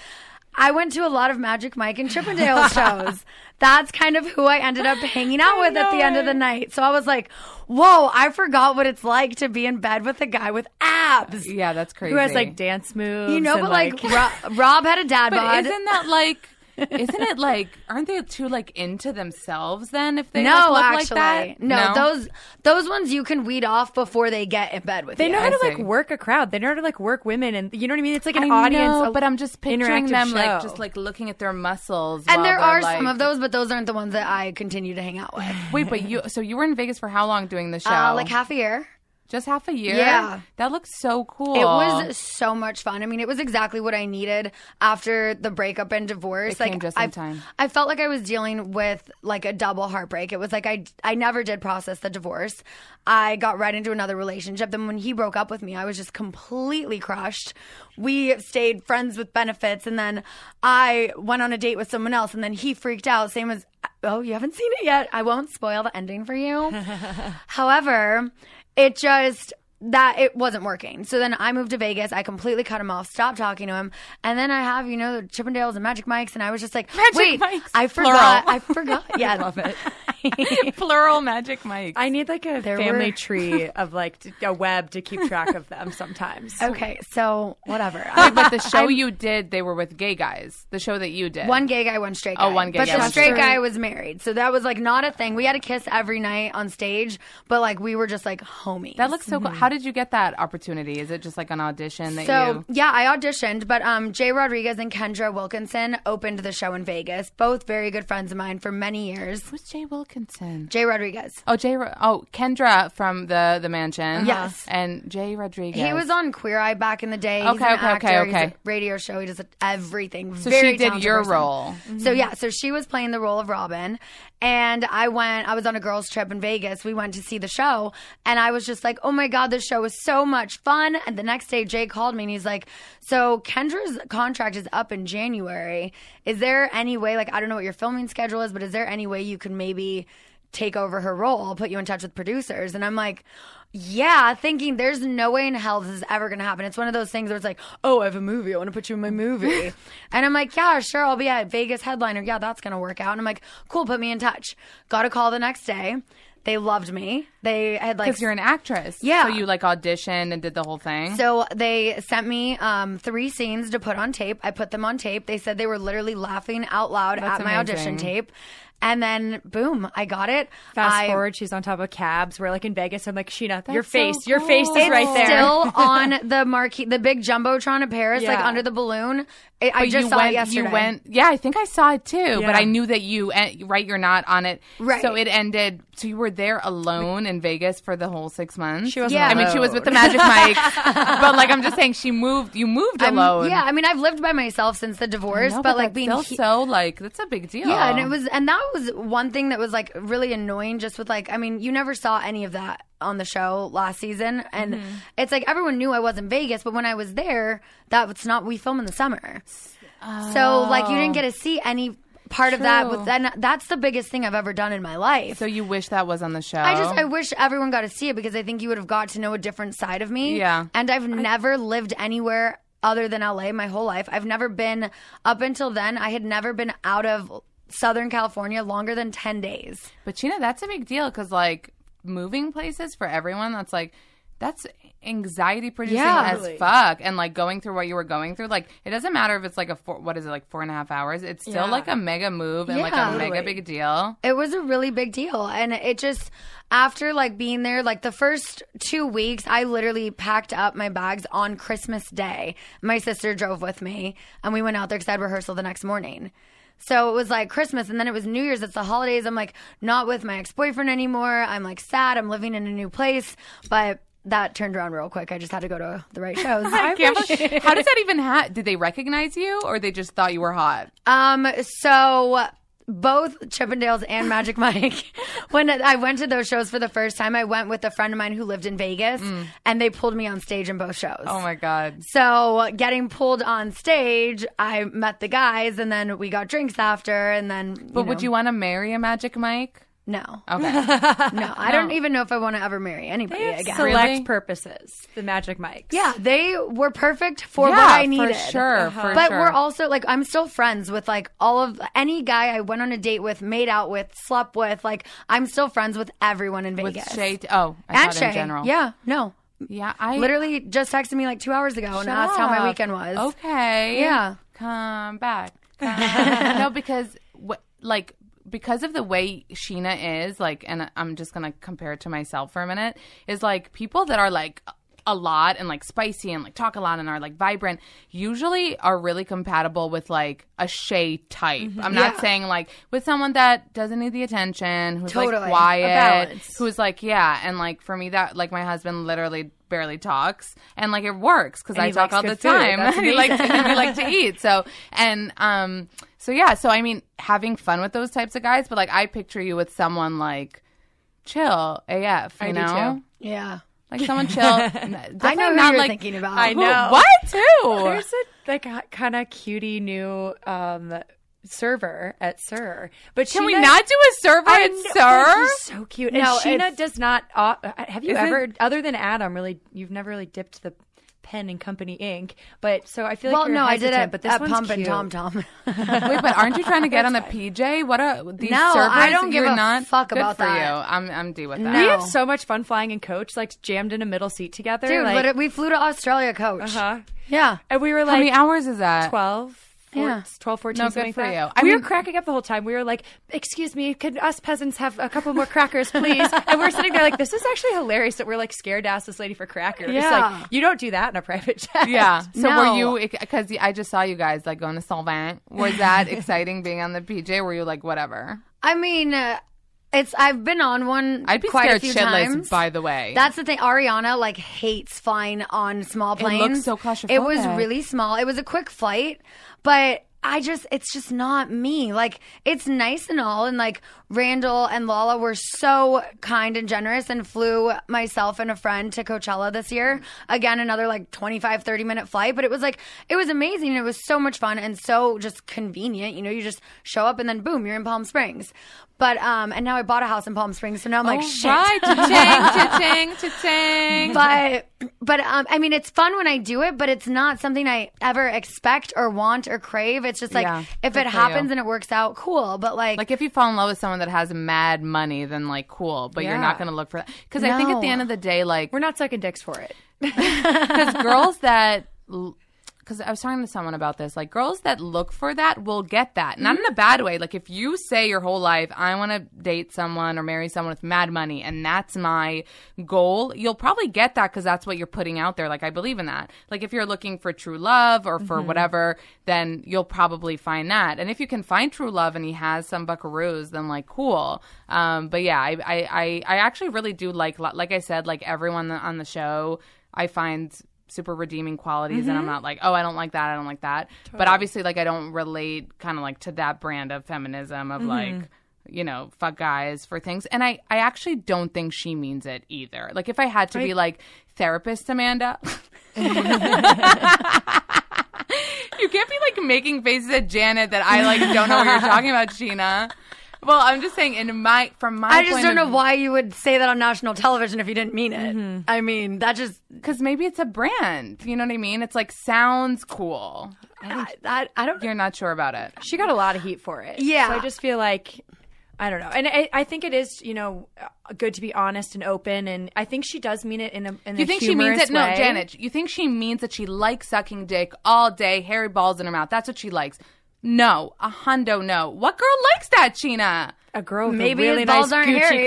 S4: I went to a lot of Magic Mike and Chippendale shows. That's kind of who I ended up hanging out with at the end of the night. So I was like, whoa, I forgot what it's like to be in bed with a guy with abs.
S5: yeah, that's crazy.
S6: who has like dance moves?
S4: You know,
S6: and,
S4: but like, Rob, Rob had a dad
S5: But
S4: bod.
S5: isn't that like? Isn't it like? Aren't they too like into themselves then? If they
S4: no,
S5: like, look
S4: actually,
S5: like that,
S4: no, Those those ones you can weed off before they get in bed with
S6: they
S4: you.
S6: know how to
S5: I
S6: like
S5: see.
S6: work a crowd. They know how to like work women, and you know what I mean. It's like an
S5: I
S6: audience.
S5: know,
S6: a
S5: but I'm just picturing
S6: interactive
S5: them
S6: show.
S5: like just like looking at their muscles.
S4: and
S5: while
S4: there
S5: they're,
S4: are
S5: like-
S4: some of those, but those aren't the ones that I continue to hang out with.
S5: Wait, but you so you were in Vegas for how long doing the show?
S4: Uh, like half a year.
S5: just half a year.
S4: Yeah.
S5: that looks so cool.
S4: It was so much fun. I mean, it was exactly what I needed after the breakup and divorce.
S5: It
S4: like
S5: came just
S4: I,
S5: in time.
S4: I felt like I was dealing with like a double heartbreak. It was like I I never did process the divorce. I got right into another relationship. Then when he broke up with me, I was just completely crushed. We stayed friends with benefits, and then I went on a date with someone else, and then he freaked out. Same as oh, you haven't seen it yet. I won't spoil the ending for you. However, it just that it wasn't working. So then I moved to Vegas. I completely cut him off, stopped talking to him, and then I have you know the Chippendales and Magic Mikes, and I was just like,
S5: Magic
S4: wait,
S5: Mikes.
S4: I forgot,
S5: Plural.
S4: I forgot. Yeah, I love it.
S5: Plural magic mic.
S6: I need like a
S4: There
S6: family
S4: were-
S6: tree of like t- a web to keep track of them sometimes.
S4: okay, so whatever.
S5: but the show you did, they were with gay guys. The show that you did.
S4: One gay guy, one straight guy.
S5: Oh, one gay
S4: but
S5: guy,
S4: the
S5: one
S4: straight
S5: straight.
S4: guy was married, so that was like not a thing. We had a kiss every night on stage, but like we were just like homies.
S5: That looks so cool. How did you get that opportunity? Is it just like an audition that
S4: Mm-hmm. so
S5: you?
S4: yeah, I auditioned, but um, Jay Rodriguez and Kendra Wilkinson opened the show in Vegas. Both very good friends of mine for many years.
S5: Who's Jay Wilkinson?
S4: Jay Rodriguez.
S5: Oh, Jay. Ro- Oh, Kendra from the the mansion.
S4: Yes.
S5: and Jay Rodriguez.
S4: He was on Queer Eye back in the day. He's
S5: Okay,
S4: an
S5: okay, okay,
S4: actor. He's a
S5: okay.
S4: radio show. He does everything.
S5: So
S4: Very
S5: she did
S4: talented
S5: your
S4: person.
S5: role. Mm-hmm.
S4: So yeah, so she was playing the role of Robin, and I went. I was on a girls' trip in Vegas. We went to see the show, and I was just like, "Oh my god, this show was so much fun!" And the next day, Jay called me and he's like, "So Kendra's contract is up in January. Is there any way? Like, I don't know what your filming schedule is, but is there any way you can maybe?" take over her role. I'll put you in touch with producers. And I'm like, yeah, thinking there's no way in hell this is ever going to happen. It's one of those things where it's like, oh, I have a movie. I want to put you in my movie. and I'm like, yeah, sure. I'll be at Vegas headliner. Yeah, that's going to work out. And I'm like, cool, put me in touch. Got a call the next day. They loved me. They had like
S5: because you're an actress.
S4: Yeah.
S5: So you like auditioned and did the whole thing.
S4: so they sent me um, three scenes to put on tape. I put them on tape. They said they were literally laughing out loud
S5: That's
S4: at my audition
S5: amazing.
S4: tape. And then boom, I got it.
S6: Fast
S4: I-
S6: forward, she's on top of cabs. We're like in Vegas. I'm like, Sheena, your
S5: so
S6: face, your face is
S5: cool.
S6: right there.
S4: still on the marquee, the big jumbotron in Paris, like
S6: Yeah.
S4: under the balloon. I- I
S5: But
S4: just
S5: you
S4: saw
S5: went,
S4: it yesterday.
S5: You went, yeah, I think I saw it too. But
S6: Yeah.
S5: I knew that you, eh, right? You're not on it,
S4: Right.
S5: So it ended. So you were there alone in Vegas for the whole six months.
S6: She wasn't
S4: Yeah.
S5: I mean, she was with the Magic Mike, but like I'm just saying, she moved. You moved
S4: I'm-
S5: alone.
S4: yeah, I mean, I've lived by myself since the
S5: I
S4: divorce,
S5: know,
S4: but, like
S5: that's
S4: being
S5: still
S4: he-
S5: so like that's a big deal.
S4: Yeah, and it was, and that was one thing that was like really annoying. Just with like, I mean, you never saw any of that on the show last season, and
S5: Mm-hmm.
S4: it's like everyone knew I was in Vegas, but when I was there, that was not. We film in the summer, so like you didn't get to see any part of that.
S5: Oh. True.
S4: With and that's the biggest thing I've ever done in my life.
S5: So you wish that was on the show.
S4: I just I wish everyone got to see it because I think you would have got to know a different side of me.
S5: Yeah.
S4: And I've never lived anywhere other than LA my whole life. I've never been up until then. I had never been out of Southern California longer than 10 days.
S5: But Gina, that's a big deal because like moving places for everyone, that's like that's anxiety producing
S4: Yeah.
S5: as fuck. And like going through what you were going through, like it doesn't matter if it's like a four, what is it like four and a half hours. It's still like a mega move and like a
S4: Yeah.
S5: mega
S4: Totally.
S5: big deal.
S4: It was a really big deal. And it just, after like being there, like the first two weeks, I literally packed up my bags on Christmas Day. My sister drove with me and we went out there because I had rehearsal the next morning. So it was like Christmas and then it was New Year's. It's the holidays. I'm like not with my ex boyfriend anymore. I'm like sad. I'm living in a new place. But that turned around real quick. I just had to go to the right shows.
S5: I can't believe- How does that even ha Did they recognize you or they just thought you were hot?
S4: Um, so both Chippendales and Magic Mike, when I went to those shows for the first time, I went with a friend of mine who lived in Vegas and they pulled me on stage in both shows.
S5: Mm. Oh my god.
S4: So getting pulled on stage, I met the guys and then we got drinks after and then
S5: But would you want to marry a Magic Mike?
S4: No.
S5: Okay.
S4: No. I don't even know if I want to ever marry anybody again.
S6: Select
S5: Really?
S6: purposes. The Magic Mics.
S4: yeah, they were perfect for
S5: Yeah,
S4: what I
S5: for
S4: needed.
S5: sure, Uh-huh. for
S4: but
S5: sure.
S4: we're also like I'm still friends with like all of any guy I went on a date with, made out with, slept with. Like I'm still friends with everyone in
S5: With
S4: Vegas.
S5: Shay. Oh, I
S4: and
S5: thought
S4: Shay.
S5: in general.
S4: Yeah, no.
S5: Yeah. I
S4: Literally just texted me like two hours ago and asked how my
S5: Stop.
S4: weekend was.
S5: Oh. Okay.
S4: Yeah.
S5: Come back. Come- no, because what, like because of the way Sheena is like, and I'm just gonna compare it to myself for a minute. Is like people that are like a lot and like spicy and like talk a lot and are like vibrant usually are really compatible with like a Shay type.
S4: Mm-hmm.
S5: I'm not saying like with someone that doesn't need the attention, who's
S4: Totally. A
S5: like quiet,
S6: balance.
S5: who's like yeah, and like for me that like my husband literally barely talks and like it works because I
S6: he
S5: talk
S6: likes
S5: all the
S6: good food.
S5: time.
S6: That's
S5: he likes to, we like to eat. So and um so yeah, so I mean having fun with those types of guys, but like I picture you with someone like chill AF, you I do, know? too.
S4: Yeah.
S5: Like someone chill. I
S4: I know who
S5: not
S4: you're
S5: like
S4: thinking about.
S6: I know.
S5: What too?
S6: There's a like kind of cutie new um server at Sir. But
S5: Can
S6: Sheena,
S5: we not do a server
S6: I
S5: at
S6: know,
S5: Sir?
S6: but She's so cute. And
S5: No,
S6: Sheena
S5: it's-
S6: does not. Uh, have you
S5: Isn't-
S6: ever, other than Adam, really? You've never really dipped the pen in company ink. But so I feel like
S4: well,
S6: you're
S4: no, I
S6: hesitant,
S4: did it
S6: But this
S4: at
S6: one's
S4: Pump
S6: cute.
S4: and Tom Tom.
S5: Wait, but aren't you trying to get on the PJ? What are these
S4: No,
S5: servers?
S4: I don't give
S5: You're
S4: a
S5: not
S4: fuck
S5: good
S4: about
S5: for
S4: that.
S5: you. I'm I'm due with that.
S6: We
S4: No.
S6: have so much fun flying in coach, like jammed in a middle seat together.
S4: Dude,
S6: like,
S4: lit- we flew to Australia, coach.
S5: Uh-huh.
S6: huh?
S4: Yeah.
S6: And we were
S5: How many
S6: like,
S5: hours is that?
S6: 12 four-
S4: Yeah.
S6: 12 14
S5: Uh, No, good
S6: something like
S5: for
S6: that.
S5: you. I
S6: we
S5: mean-
S6: were cracking up the whole time we were like excuse me could us peasants have a couple more crackers please and we're sitting there like this is actually hilarious that we're like scared to ask this lady for crackers
S4: Yeah.
S6: like you don't do that in a private jet
S5: Yeah. So
S4: No.
S5: were you? Because I just saw you guys like going to Solvent. Was that exciting being on the PJ? Were you like whatever?
S4: I mean, uh, it's I've been on one
S5: I'd be
S4: quite
S5: scared
S4: a few
S5: shitless.
S4: times.
S5: By the way,
S4: That's the thing. Ariana like hates flying on small planes.
S5: looks so claustrophobic.
S4: It was really small. It was a quick flight, but I just it's just not me. Like it's nice and all, and like Randall and Lala were so kind and generous and flew myself and a friend to Coachella this year. Again, another like 25, 30 minute flight, but it was like it was amazing. It was so much fun and so just convenient. You know, you just show up and then boom, you're in Palm Springs. But um, and now I bought a house in Palm Springs, so now I'm like, shit.
S5: Oh, Right, cha-ching, cha-ching, cha-ching. Mm-hmm.
S4: but but um, I mean, it's fun when I do it, but it's not something I ever expect or want or crave. It's just like
S5: Yeah,
S4: if
S5: good
S4: it
S5: for
S4: happens
S5: you.
S4: and it works out, cool. But like,
S5: Like if you fall in love with someone that has mad money, then like cool, but you're not
S6: Yeah.
S5: gonna look for that. Because I think at the
S4: No.
S5: end of the day, like
S6: we're not sucking dicks for it
S5: because girls that because I was talking to someone about this, like girls that look for that will get that, not in a bad way. Like if you say your whole life, I want to date someone or marry someone with mad money, and that's my goal, you'll probably get that because that's what you're putting out there. Like I believe in that. Like if you're looking for true love or for whatever, then you'll probably find that. And if you can find true love and he has some buckaroos, then like cool. Um, but yeah, I, I I I actually really do like like I said, like everyone on the show. I find super redeeming qualities and
S4: Mm-hmm.
S5: I'm not like, oh, I don't like that, I don't like that. But obviously like I don't relate kind of like to that brand of feminism of
S4: Mm-hmm.
S5: like you know, fuck guys for things. And I, I actually don't think she means it either. Like, if I had to be like, therapist Amanda, you can't be like making faces at Janet that I like don't know what you're talking about, Sheena. Well, I'm just saying, in my, from my
S4: I just
S5: point
S4: don't
S5: of Mm-hmm.
S4: know why you would say that on national television if you didn't mean it. I mean, that just
S5: Because maybe it's a brand. You know what I mean? It's like, sounds cool.
S4: I, I, I don't.
S5: You're not sure about it.
S6: she got a lot of heat for it
S4: Yeah.
S6: so i just feel like I don't know, and I, I think it is, you know, uh, good to be honest and open, and I think she does mean it in a in
S5: You
S6: a
S5: think she means
S6: humorous
S5: it? No,
S6: way.
S5: Janet. You think she means that she likes sucking dick all day, hairy balls in her mouth? That's what she likes. No, a hundo. No, what girl likes that, Sheena?
S6: a girl with
S4: Maybe
S6: a
S4: his
S6: really
S4: balls
S6: nice
S4: aren't
S6: Gucci
S4: hairy.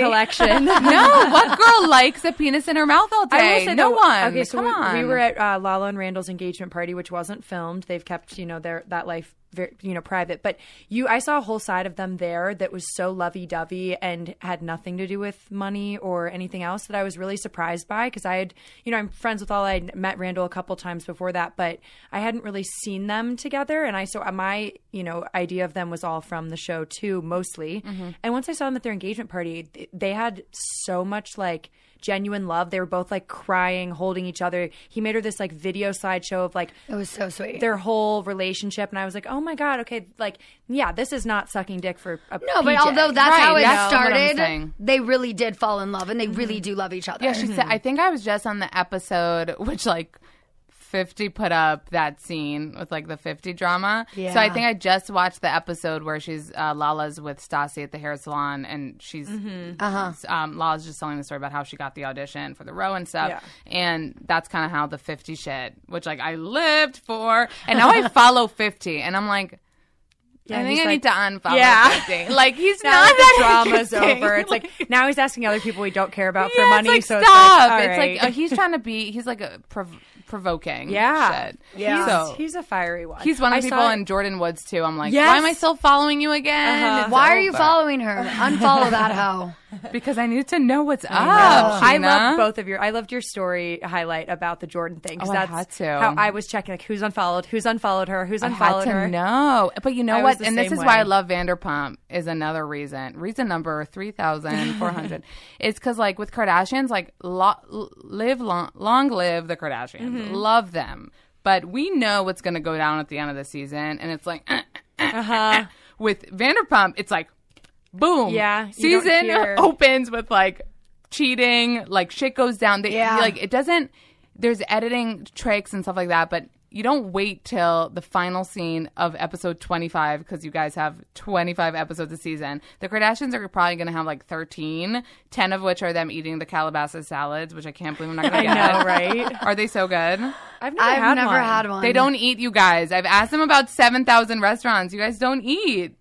S6: collection.
S5: No, what girl likes a penis in her mouth all
S6: I will
S5: day?
S6: say
S5: no
S6: though-
S5: one.
S6: Okay, so
S5: Come
S6: we,
S5: on.
S6: we were at uh, Lala and Randall's engagement party, which wasn't filmed. They've kept you know their that life very, you know private. But you, I saw a whole side of them there that was so lovey dovey and had nothing to do with money or anything else that I was really surprised by because I had you know I'm friends with all I met Randall a couple times before that, but I hadn't really seen them together. And I so uh, my you know idea of them was all from the show too mostly.
S5: Mm-hmm.
S6: And once I saw them at their engagement party, th- they had so much like genuine love. They were both like crying, holding each other. He made her this like video slideshow of like
S5: Oh,
S4: It was so sweet.
S6: their whole relationship, and I was like, oh my god, okay, like yeah, this is not sucking dick for a
S4: No, but
S6: PJ.
S4: although that's
S5: Right,
S4: how it
S5: that's what I'm
S4: started,
S5: saying. Mm-hmm.
S4: they really did fall in love and they really do love each other. Mm-hmm.
S5: Yeah, she said.
S6: Mm-hmm.
S5: I think I was just on the episode which like. 50 put up that scene with like the 50 drama.
S4: Yeah.
S5: So I think I just watched the episode where she's uh, Lala's with Stassi at the hair salon and she's
S6: Mm-hmm.
S5: um, Lala's just telling the story about how she got the audition for the row and stuff. And that's kind of how the 50 shit, which like I lived for. And now I follow 50 and I'm like, I think I
S6: he's
S5: need to unfollow
S6: Yeah.
S5: 50. Like he's
S6: now
S5: not
S6: that the
S5: that
S6: drama's
S5: interesting.
S6: over. It's like now he's asking other people we don't care about for
S5: Yeah,
S6: money.
S5: It's like,
S6: so
S5: stop.
S6: it's
S5: It's
S6: like, all
S5: like,
S6: right.
S5: uh, he's trying to be. He's like a prov- provoking.
S6: yeah,
S5: shit.
S6: yeah.
S5: So
S6: He's, he's a fiery one.
S5: he's one of
S6: I
S5: the people
S6: saw it-
S5: in Jordan Woods too. I'm like,
S6: Yes.
S5: why am I still following you again? It's
S4: Uh-huh. Why are you
S5: over.
S4: following her? Unfollow that hoe.
S5: Because I need to know what's up.
S6: Oh, I
S5: Sheena.
S6: love both of your. I loved your story highlight about the Jordan thing. 'cause
S5: Oh, I
S6: that's
S5: had to.
S6: How I was checking like who's unfollowed, who's unfollowed her, who's
S5: I had
S6: unfollowed
S5: to
S6: her.
S5: know, but you know
S6: I was
S5: what?
S6: the
S5: And this is
S6: same
S5: why I
S6: way.
S5: love Vanderpump. Is another reason. Reason number three thousand four hundred is because like with Kardashians, like lo- live long, long live the Kardashians.
S6: Mm-hmm.
S5: Love them, but we know what's going to go down at the end of the season, and it's like. With Vanderpump, it's like, boom.
S6: Uh-huh. Yeah, you don't
S5: Season
S6: hear-
S5: opens with like cheating, like shit goes down. They,
S4: Yeah.
S5: Like it doesn't, there's editing tricks and stuff like that, but you don't wait till the final scene of episode 25 because you guys have 25 episodes a season. The Kardashians are probably going to have like 13, 10 of which are them eating the Calabasas salads, which I can't believe I'm not going to get.
S6: I know, right?
S5: Are they so good?
S6: I've never
S4: I've
S6: had
S4: never
S6: one.
S4: had one.
S5: They don't eat, you guys. I've asked them about 7,000 restaurants. You guys don't eat.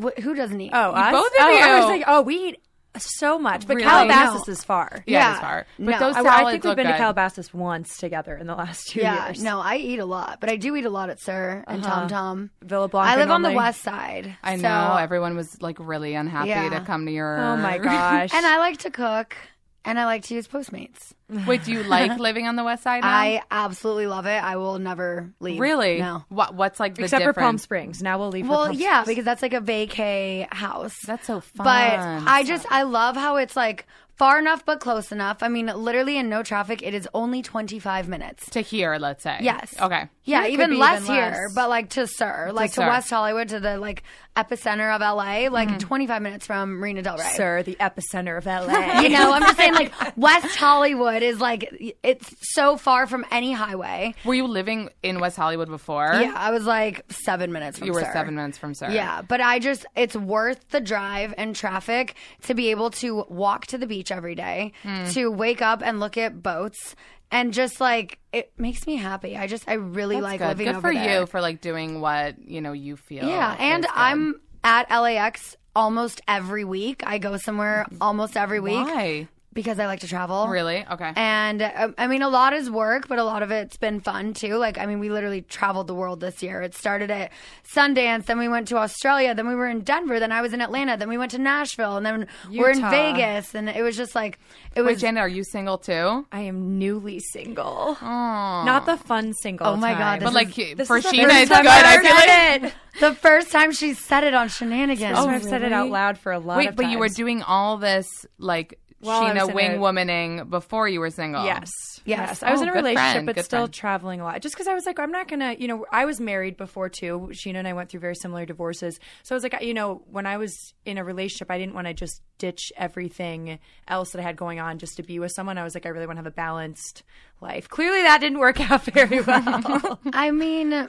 S4: Wh- who doesn't eat?
S6: Oh, us?
S5: both of
S6: oh, I
S5: you.
S6: was like, oh, we eat so much, but
S5: Really?
S6: Calabasas is far.
S5: Yeah,
S4: Yeah.
S5: it's far. But
S4: No,
S5: those
S6: I,
S5: salads
S6: I think we've
S5: look
S6: been to
S5: good.
S6: Calabasas once together in the last two
S4: yeah,
S6: years.
S4: no, I eat a lot, but I do eat a lot at Sir and
S5: Uh-huh.
S4: Tom Tom.
S6: Villa Blanca.
S4: I live on the
S6: normally.
S4: west side.
S5: I
S4: so-
S5: know everyone was like really unhappy
S4: Yeah.
S5: to come to your.
S6: Oh my gosh!
S4: And I like to cook, and I like to use Postmates.
S5: Wait, do you like living on the West Side? Now?
S4: I absolutely love it. I will never leave.
S5: really.
S4: No.
S5: What? What's like the
S6: except for Palm
S5: difference?
S6: Springs. Now we'll leave. for
S4: Well,
S6: Palm
S4: yeah,
S6: Springs.
S4: because that's like a vacay house.
S5: That's so fun.
S4: But I just I love how it's like far enough but close enough. I mean, literally in no traffic, it is only 25 minutes.
S5: to here, let's say.
S4: Yes.
S5: Okay.
S4: Yeah,
S6: Here it could
S4: even
S6: be
S4: less
S6: even
S4: here,
S6: less.
S4: but like to Sir, like to
S5: Sur.
S4: West Hollywood, to the like epicenter of LA, like
S5: Mm-hmm.
S4: 25 minutes from Marina Del Rey.
S6: sir, the epicenter of LA.
S4: You know, I'm just saying, like West Hollywood is like it's so far from any highway.
S5: Were you living in West Hollywood before?
S4: Yeah, I was like seven minutes. From
S5: You were
S4: Sur.
S5: seven minutes from Surrey.
S4: Yeah, but I just it's worth the drive and traffic to be able to walk to the beach every day,
S5: Mm.
S4: to wake up and look at boats, and just like it makes me happy. I just I really
S5: That's
S4: like
S5: good.
S4: living
S5: good
S4: over
S5: for
S4: there.
S5: you for like doing what you know you
S6: Oh,
S5: feel.
S4: Yeah, and
S5: is good.
S4: I'm at LAX almost every week. I go somewhere
S6: Mm-hmm.
S4: almost every week
S5: Why?
S4: because I like to travel.
S5: Really? Okay.
S4: And um, I mean, a lot is work, but a lot of it's been fun too. Like, I mean, we literally traveled the world this year. It started at Sundance, then we went to Australia, then we were in Denver, then I was in Atlanta, then we went to Nashville, and then we're in
S6: Utah.
S4: Vegas. And it was just like, it
S5: Wait,
S4: was.
S5: Janet, are you single too?
S6: I am newly single. Not the fun single.
S4: Oh my God,
S6: time.
S4: this
S5: But like
S6: This
S5: for
S6: is the
S5: Sheena,
S6: first
S5: it's
S6: time
S5: good.
S6: I've
S5: I feel like
S6: said
S5: Oh,
S4: it. the first time she said it on Shenanigans.
S6: Oh, I've said it out loud for a lot.
S5: Wait,
S6: of
S5: but you were
S6: times.
S5: doing all this like
S6: While I was
S5: Sheena
S6: in
S5: wing
S6: a-
S5: womaning before you were single.
S6: Yes.
S4: Yes.
S6: I was
S5: Oh,
S6: in a
S5: good
S6: relationship,
S5: friend,
S6: but
S5: good
S6: still
S5: friend.
S6: traveling a lot. Just because I was like, I'm not going to, you know, I was married before too. Sheena and I went through very similar divorces. So I was like, you know, when I was in a relationship, I didn't want to just ditch everything else that I had going on just to be with someone. I was like, I really want to have a balanced life. Clearly that didn't work out very well.
S4: I mean,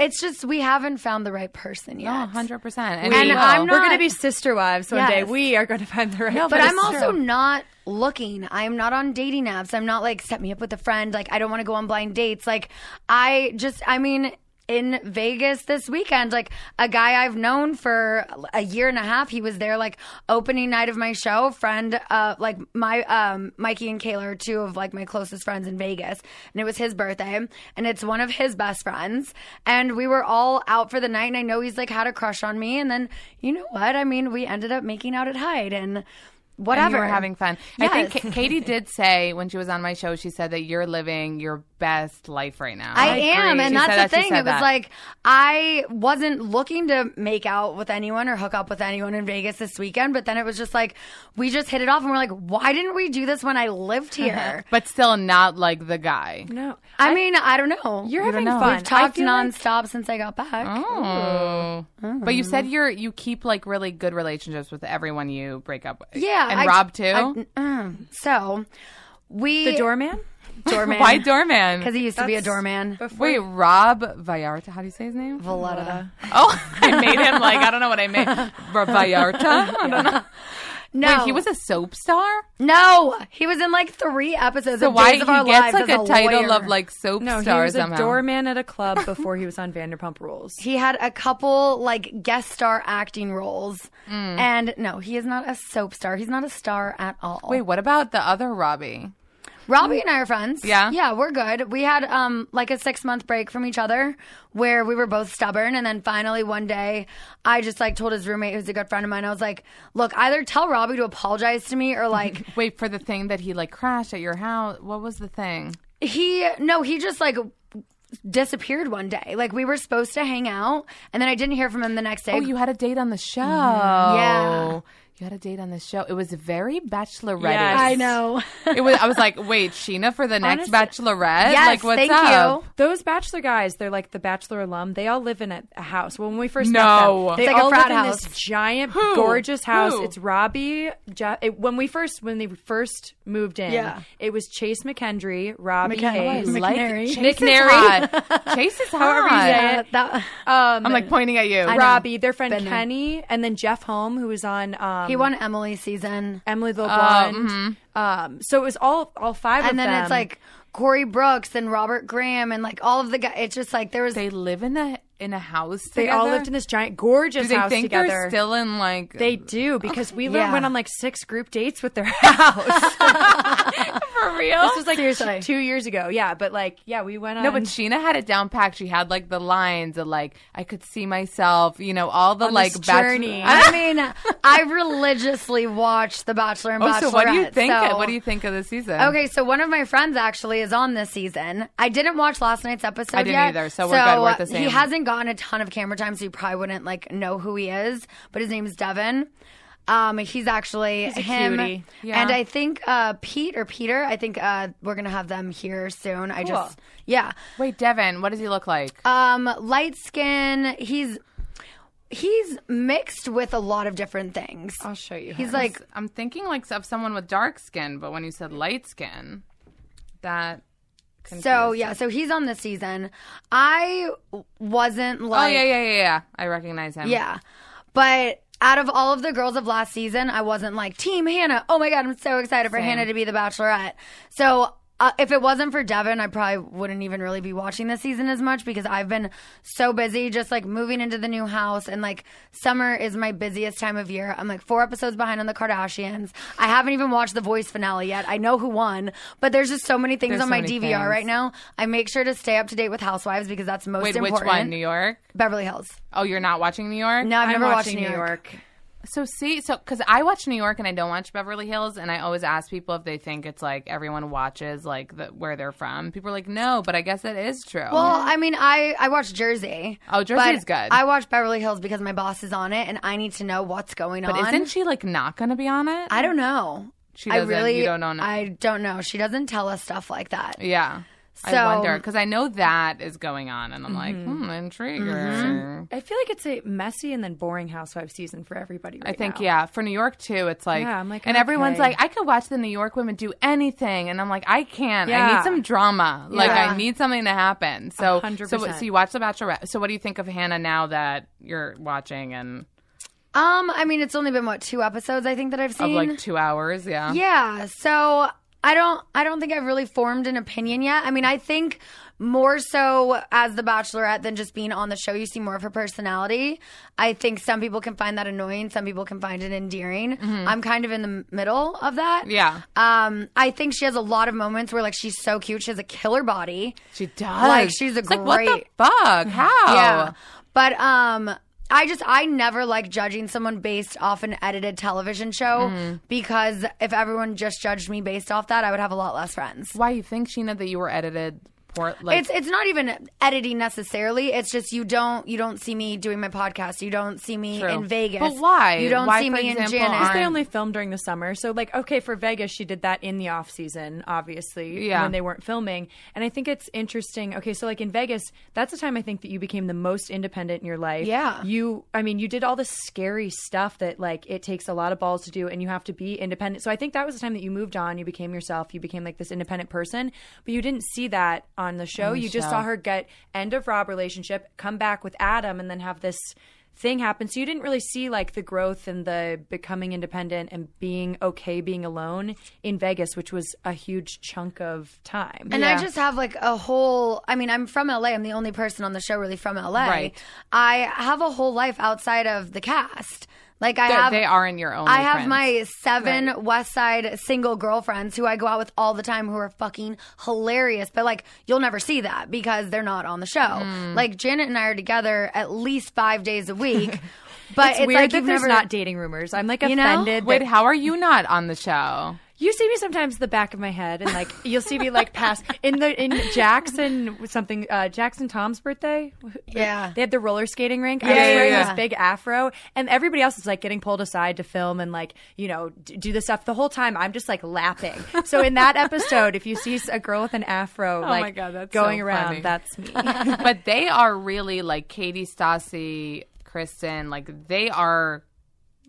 S4: it's just we haven't found the right person yet.
S5: Oh, 100%.
S4: And
S5: And, we will.
S4: I'm
S6: We're
S4: not-
S6: going to be sister wives one day.
S4: Yes.
S6: We are going to find the right
S4: But I'm
S6: person.
S4: also not looking. I'm not on dating apps. I'm not like set me up with a friend. Like I don't want to go on blind dates. Like I just I mean in Vegas this weekend, like a guy I've known for a year and a half, he was there like opening night of my show. Friend, uh, like my um, Mikey and Kayla are two of like my closest friends in Vegas, and it was his birthday, and it's one of his best friends, and we were all out for the night, and I know he's like had a crush on me, and then you know what? I mean, we ended up making out at Hyde, and
S5: And
S4: whatever.
S5: you were having fun. I think Ka- Katie did say when she was on my show, she said that you're living your best life right now.
S4: I, am,
S5: agree.
S4: and
S5: She said
S4: that's
S5: that,
S4: the
S5: she
S4: thing.
S5: said
S4: It was
S5: that.
S4: like I wasn't looking to make out with anyone or hook up with anyone in Vegas this weekend, but then it was just like we just hit it off, and we're like, why didn't we do this when I lived here?
S5: but still not like the guy.
S6: No.
S4: I mean, I don't know.
S6: You're
S4: I don't
S6: having
S4: know.
S6: fun.
S4: We've
S6: I
S4: talked
S6: feel like-
S4: nonstop since I got back.
S5: Oh. But you said you're you keep like really good relationships with everyone you break up with.
S4: Yeah,
S5: And
S4: I-
S5: Rob too.
S4: I- mm. so we
S6: the doorman?
S4: doorman
S5: Why doorman?
S4: because he used to be a
S6: That's-
S4: doorman.
S5: Wait, Rob Vallarta. How do you say his name?
S4: Valletta.
S5: oh, I made him like I don't know what I made. Ra- Vallarta. I don't know.
S4: No,
S5: Wait, he was a soap star.
S4: no, he was in like three episodes.
S5: So
S4: of
S5: why
S4: Days
S5: he
S4: of Our
S5: gets
S4: Lives
S5: like
S4: as
S5: a title
S4: lawyer.
S5: of like soap
S6: No, he
S5: star
S6: was
S5: somehow?
S6: a doorman at a club before he was on Vanderpump Rules.
S4: He had a couple like guest star acting roles,
S5: Mm.
S4: and no, he is not a soap star. He's not a star at all.
S5: Wait, what about the other Robbie?
S4: Robbie and I are friends.
S5: Yeah?
S4: yeah, we're good. We had um like a six month break from each other where we were both stubborn, and then finally one day, I just like told his roommate, who's a good friend of mine, I was like, look, either tell Robbie to apologize to me or like
S5: Wait for the thing that he like crashed at your house. What was the thing?
S4: he no he just like disappeared one day like we were supposed to hang out and then i didn't hear from him the next day
S5: Oh, you had a date on the show.
S4: Yeah.
S5: you had a date on the show. It was very bachelorette.
S6: Yes. I
S4: know.
S5: It was. I was like, wait, Sheena for the next bachelorette?
S4: Yes,
S5: like, what's
S4: thank
S5: up?
S4: you.
S6: Those bachelor guys, they're like the bachelor alum. They all live in a, a house. Well, when we first
S5: No.
S6: met them, they
S4: It's like a
S6: all
S4: frat
S6: live in
S4: house.
S6: this giant,
S5: Who?
S6: gorgeous house.
S5: Who?
S6: It's Robbie. Je- it- when we first when they first moved in,
S4: Yeah.
S6: it was Chase McKendry, Robbie Hayes.
S4: McKendry.
S5: Like,
S4: McNary.
S5: Chase
S6: McNary.
S5: is hot. Chase is
S6: However you
S5: hot.
S6: say
S4: Yeah,
S6: it.
S4: that,
S6: Um,
S5: I'm like pointing at you.
S6: Robbie, their friend
S4: Been there.
S6: Kenny, and then Jeff Holm, who was on um,
S4: he won Emily's season.
S6: Emily
S5: Oh,
S6: the Blonde.
S5: mm-hmm.
S6: um, so it was all all five of
S4: And then
S6: them.
S4: it's like Corey Brooks and Robert Graham and like all of the guys. It's just like there was.
S5: They live in a in a house.
S6: they
S5: together?
S6: all lived in this giant, gorgeous
S5: Do they
S6: house
S5: think
S6: together.
S5: they're still in like?
S6: They do because we
S4: Yeah.
S6: went on like six group dates with their house.
S5: for real?
S6: this was like
S4: Oh, Seriously.
S6: two years ago. Yeah, but like yeah, we went on.
S5: No, but Sheena had it down packed. She had like the lines of like I could see myself, you know, all the
S6: On
S5: like
S6: this
S5: bachelor-
S6: journey.
S4: I mean, I religiously watch The Bachelor and
S5: Oh,
S4: Bachelorette.
S5: so what do you think?
S4: so-
S5: Of, what do you think of the season?
S4: Okay, so one of my friends actually is on this season. I didn't watch last night's episode.
S5: I didn't
S4: yet,
S5: either, so we're good, we're at the
S4: He
S5: same.
S4: hasn't gotten a ton of camera time, so you probably wouldn't like know who he is. But his name's Devin. Um, he's actually him,
S6: cutie.
S4: and I think uh, Pete or Peter. I think uh, we're gonna have them here soon. I just yeah,
S5: Wait, Devin, what does he look like?
S4: um, light skin. He's he's mixed with a lot of different things.
S6: I'll show you.
S4: He's like
S5: I'm thinking like of someone with dark skin, but when you said light skin, that
S4: So
S5: confused.
S4: yeah, so he's on this season. I wasn't
S5: Oh
S4: like
S5: yeah, yeah, yeah, yeah. I recognize him.
S4: Yeah. But out of all of the girls of last season, I wasn't like Team Hannah. Oh my god, I'm so excited for Hannah to be the Bachelorette. So uh, if it wasn't for Devin, I probably wouldn't even really be watching this season as much because I've been so busy just like moving into the new house and like summer is my busiest time of year. I'm like four episodes behind on the Kardashians. I haven't even watched the Voice finale yet. I know who won, but there's just so many things
S5: There's
S4: on
S5: so
S4: my
S5: many
S4: DVR
S5: things.
S4: right now. I make sure to stay up to date with Housewives because that's most
S5: Wait,
S4: important.
S5: which one? New York?
S4: Beverly Hills.
S5: Oh, you're not watching New York?
S4: No, I've
S6: I'm
S4: never watched
S6: watching
S4: New York.
S5: So see, so because I watch New York and I don't watch Beverly Hills, and I always ask people if they think it's like everyone watches like the, where they're from. People are like, no, but I guess that is true.
S4: Well, I mean, I I watch Jersey.
S5: Oh, Jersey's
S4: but
S5: good.
S4: I watch Beverly Hills because my boss is on it, and I need to know what's going
S5: but
S4: on.
S5: isn't she like not going to be on it?
S4: I don't know.
S5: She
S4: I
S5: doesn't-
S4: really
S5: you don't know.
S4: I don't know. She doesn't tell us stuff like that.
S5: yeah,
S4: So- Mm-hmm.
S5: I wonder because I know that is going on, and I'm like, hmm, intrigued.
S6: I feel like it's a messy and then boring housewife season for everybody.
S5: I
S6: Right
S5: think
S6: now.
S5: yeah, for New York too, it's like,
S6: Yeah, I'm like,
S5: and everyone's
S6: okay.
S5: like, I could watch the New York women do anything, and I'm like, I can't. I
S6: Yeah.
S5: need some drama. Like
S4: Yeah.
S5: I need something to happen. So, so
S6: 100%.
S5: so you watch The Bachelorette. So what do you think of Hannah now that you're watching and
S4: Um, I mean, it's only been what two episodes I think that I've
S5: of
S4: seen.
S5: like two hours? Yeah.
S4: Yeah. So I don't I don't think I've really formed an opinion yet. I mean, I think more so as the bachelorette than just being on the show you see more of her personality i think some people can find that annoying some people can find it endearing i'm kind of in the middle of that
S5: Mm-hmm. Yeah.
S4: um i think she has a lot of moments where like she's so cute she has a killer body
S5: She does.
S4: Like, she's a
S5: It's Like, what
S4: great- Mm-hmm.
S5: the fuck? How?
S4: yeah. But um I just I never like judging someone based off an edited television show
S5: Mm-hmm.
S4: because if everyone just judged me based off that, I would have a lot less friends.
S5: Why you think Sheena that you were edited? Poor, like,
S4: It's it's not even editing necessarily. It's just you don't you don't see me doing my podcast. You don't see me
S5: True.
S4: in Vegas.
S5: But why?
S4: You don't
S5: Why,
S4: see
S5: for
S4: me
S5: example,
S4: in Janet.
S5: aren't-
S6: They only filmed during the summer, so like okay, for Vegas, she did that in the off season, obviously,
S5: Yeah.
S6: when they weren't filming. And I think it's interesting. Okay, so like in Vegas, that's the time I think that you became the most independent in your life.
S4: Yeah.
S6: you. I mean, you did all this scary stuff that like it takes a lot of balls to do, and you have to be independent. So I think that was the time that you moved on. You became yourself. You became like this independent person, but you didn't see that on the show. you just saw her get end of Rob relationship, come back with Adam, and then have this thing happened. So you didn't really see like the growth and the becoming independent and being okay being alone in Vegas, which was a huge chunk of time.
S4: And I just have like a whole I mean, I'm from LA. I'm the only person on the show really from LA.
S5: Right.
S4: I have a whole life outside of the cast. Like I
S5: they-
S4: have
S5: they are in your own.
S4: I have my seven West Side single girlfriends who I go out with all the time who are fucking hilarious. But like, you'll never see that because they're not on the show.
S6: Hmm.
S4: Like, Janet and I are together at least five days a week. But it's,
S6: it's, weird
S4: like
S6: that
S4: you've
S6: there's
S4: never
S6: not dating rumors. I'm like
S4: You know?
S6: offended.
S5: Wait,
S6: that-
S5: how are you not on the show?
S6: You see me sometimes the back of my head, and like you'll see me like pass in the in Jackson something uh, Jackson Tom's birthday.
S4: Yeah.
S6: they had the roller skating rink. I was
S5: yeah,
S6: wearing
S5: yeah.
S6: this big afro, and everybody else is like getting pulled aside to film and like you know d- do the stuff the whole time. I'm just like laughing. So in that episode, if you see a girl with an afro, like
S5: Oh my God, that's
S6: going
S5: so
S6: around,
S5: funny.
S6: that's me.
S5: but they are really like Katie Stassi, Kristen, like they are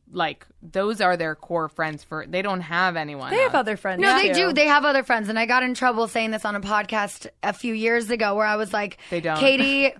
S5: like those are their core friends for they don't have anyone.
S6: they have
S5: else.
S6: other friends.
S4: No, they
S6: too.
S4: do. They have other friends, and I got in trouble saying this on a podcast a few years ago, where I was like,
S5: They don't.
S4: Katie."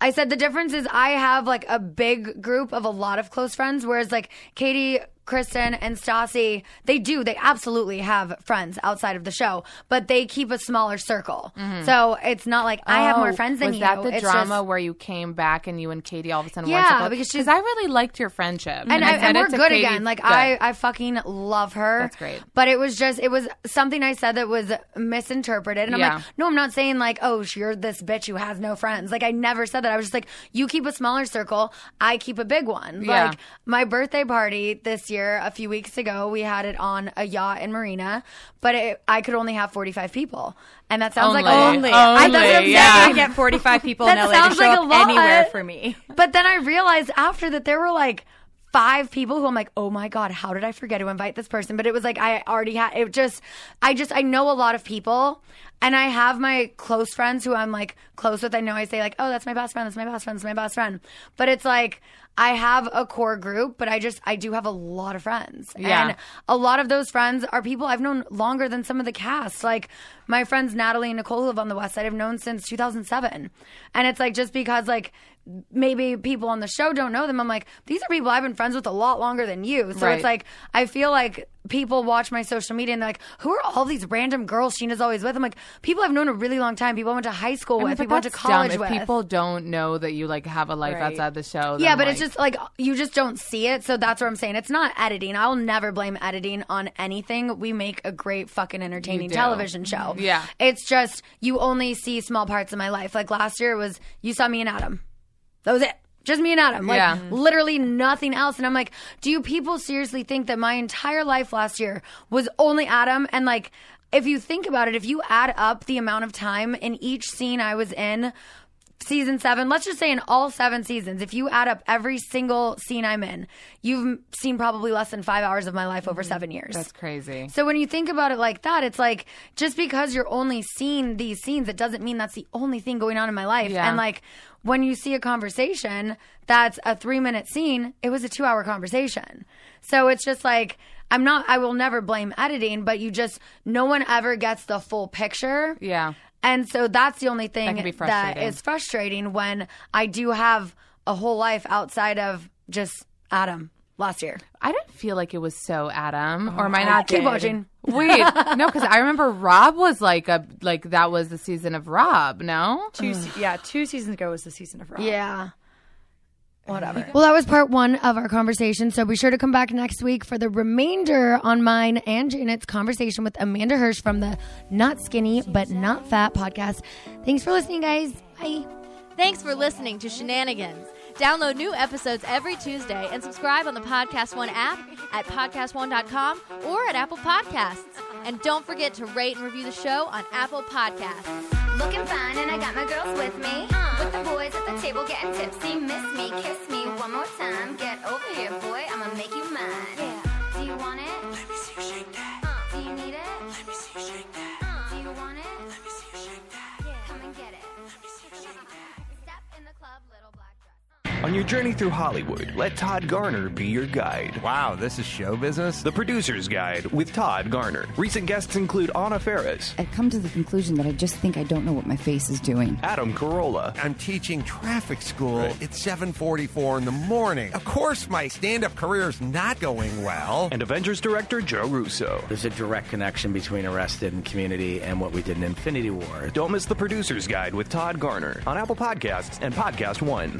S4: I said the difference is I have like a big group of a lot of close friends, whereas like Katie, Kristen, and Stassi, they do. They absolutely have friends outside of the show, but they keep a smaller circle. So it's not like I have
S5: Mm-hmm. Oh,
S4: more friends than
S5: was
S4: you.
S5: that the
S4: It's
S5: drama
S4: just-
S5: where you came back and you and Katie all of a sudden
S4: Yeah,
S5: were
S4: because she's-
S5: I really liked your friendship
S4: and, I,
S5: said
S4: and
S5: it
S4: we're
S5: to
S4: good
S5: Katie-
S4: again. Like
S5: Good.
S4: I, I fucking love her.
S5: That's great.
S4: But it was just, it was something I said that was misinterpreted, and I'm
S5: Yeah.
S4: like, no, I'm not saying like, oh, sh- you're this bitch who has no friends. Like I never said that. I was just like, you keep a smaller circle, I keep a big one.
S5: Yeah.
S4: Like my birthday party this year, a few weeks ago, we had it on a yacht in Marina, but it, I could only have 45 people, and that sounds like a lot.
S5: Only.
S4: I, that's what I'm
S5: Only,
S4: saying.
S5: yeah.
S6: I get 45 people
S4: That
S6: in LA
S4: sounds
S6: to show
S4: like
S6: up
S4: a lot.
S6: anywhere for me.
S4: But then I realized after that there were like five people who I'm like, oh my God, how did I forget to invite this person? But it was like I already had it just I just I know a lot of people and I have my close friends who I'm like close with. I know I say like, oh that's my best friend, that's my best friend, that's my best friend. But it's like I have a core group, but I just I do have a lot of friends.
S5: Yeah.
S4: And a lot of those friends are people I've known longer than some of the cast. Like my friends Natalie and Nicole who live on the West Side. I've known since 2007, and it's like just because like maybe people on the show don't know them. I'm like these are people I've been friends with a lot longer than you. So
S5: Right.
S4: it's like I feel like people watch my social media and they're like, who are all these random girls Sheena's always with? I'm like people I've known a really long time. People I went to high school
S5: I mean,
S4: with.
S5: but
S4: People I went to
S5: that's dumb.
S4: college
S5: if
S4: with.
S5: people don't know that you like have a life
S6: Right.
S5: outside the show.
S4: Yeah,
S5: then,
S4: but it's
S5: like-
S4: just like you just don't see it. So that's what I'm saying. It's not editing. I will never blame editing on anything. We make a great fucking entertaining
S5: do. Mm-hmm.
S4: television show.
S5: Yeah.
S4: It's just you only see small parts of my life. Like last year was you saw me and Adam. That was it. Just me and Adam. Like
S5: Yeah. Mm-hmm.
S4: literally nothing else. And I'm like, do you people seriously think that my entire life last year was only Adam? And like, if you think about it, if you add up the amount of time in each scene I was in, season seven, let's just say in all seven seasons, if you add up every single scene I'm in, you've seen probably less than five hours of my life over seven years.
S5: Mm-hmm. that's crazy.
S4: So when you think about it like that, it's like just because you're only seeing these scenes, it doesn't mean that's the only thing going on in my life.
S5: Yeah.
S4: And like when you see a conversation that's a three minute scene, it was a two hour conversation. So it's just like I'm not I will never blame editing, but you just no one ever gets the full picture.
S5: Yeah.
S4: And so that's the only thing
S5: can be
S4: that
S5: frustrating.
S4: is frustrating when I do have a whole life outside of just Adam last year.
S5: I didn't feel like it was so Adam, or am I
S4: Oh,
S5: not?
S4: Keep
S5: good?
S4: watching.
S5: Wait, no, because I remember Rob was like a like that was the season of Rob. No,
S6: Two, se- yeah, two seasons ago was the season of Rock.
S4: Yeah. Whatever.
S2: Well, that was part one of our conversation. So be sure to come back next week for the remainder on mine and Janet's conversation with Amanda Hirsch from the Not Skinny But Not Fat podcast. Thanks for listening, guys. Bye.
S3: Thanks for listening to Shenanigans. Download new episodes every Tuesday and subscribe on the Podcast One app at podcastone.com or at Apple Podcasts. And don't forget to rate and review the show on Apple Podcasts.
S7: Looking fine, and I got my girls with me. With the boys at the table getting tipsy. Miss me, kiss me one more time. Get over here, boy. I'ma make you mine. Yeah. Do you want it? Let me see you shake that. do you need it? Let me see you shake that. do you want it? Let me see you shake that. Yeah. Come and get it. Let me see you shake that. Step in the club, little black dress.
S1: On your journey through Hollywood, let Todd Garner be your guide.
S8: Wow, this is show business?
S1: The Producer's Guide with Todd Garner. Recent guests include Anna Ferris,
S9: I've come to the conclusion that I just think I don't know what my face is doing.
S1: Adam Carolla,
S8: I'm teaching traffic school. It's 7:44 in the morning. Of course, my stand-up career's not going well.
S1: and Avengers director Joe Russo.
S10: There's a direct connection between Arrested and Community and what we did in Infinity War.
S1: Don't miss The Producer's Guide with Todd Garner on Apple Podcasts and Podcast One.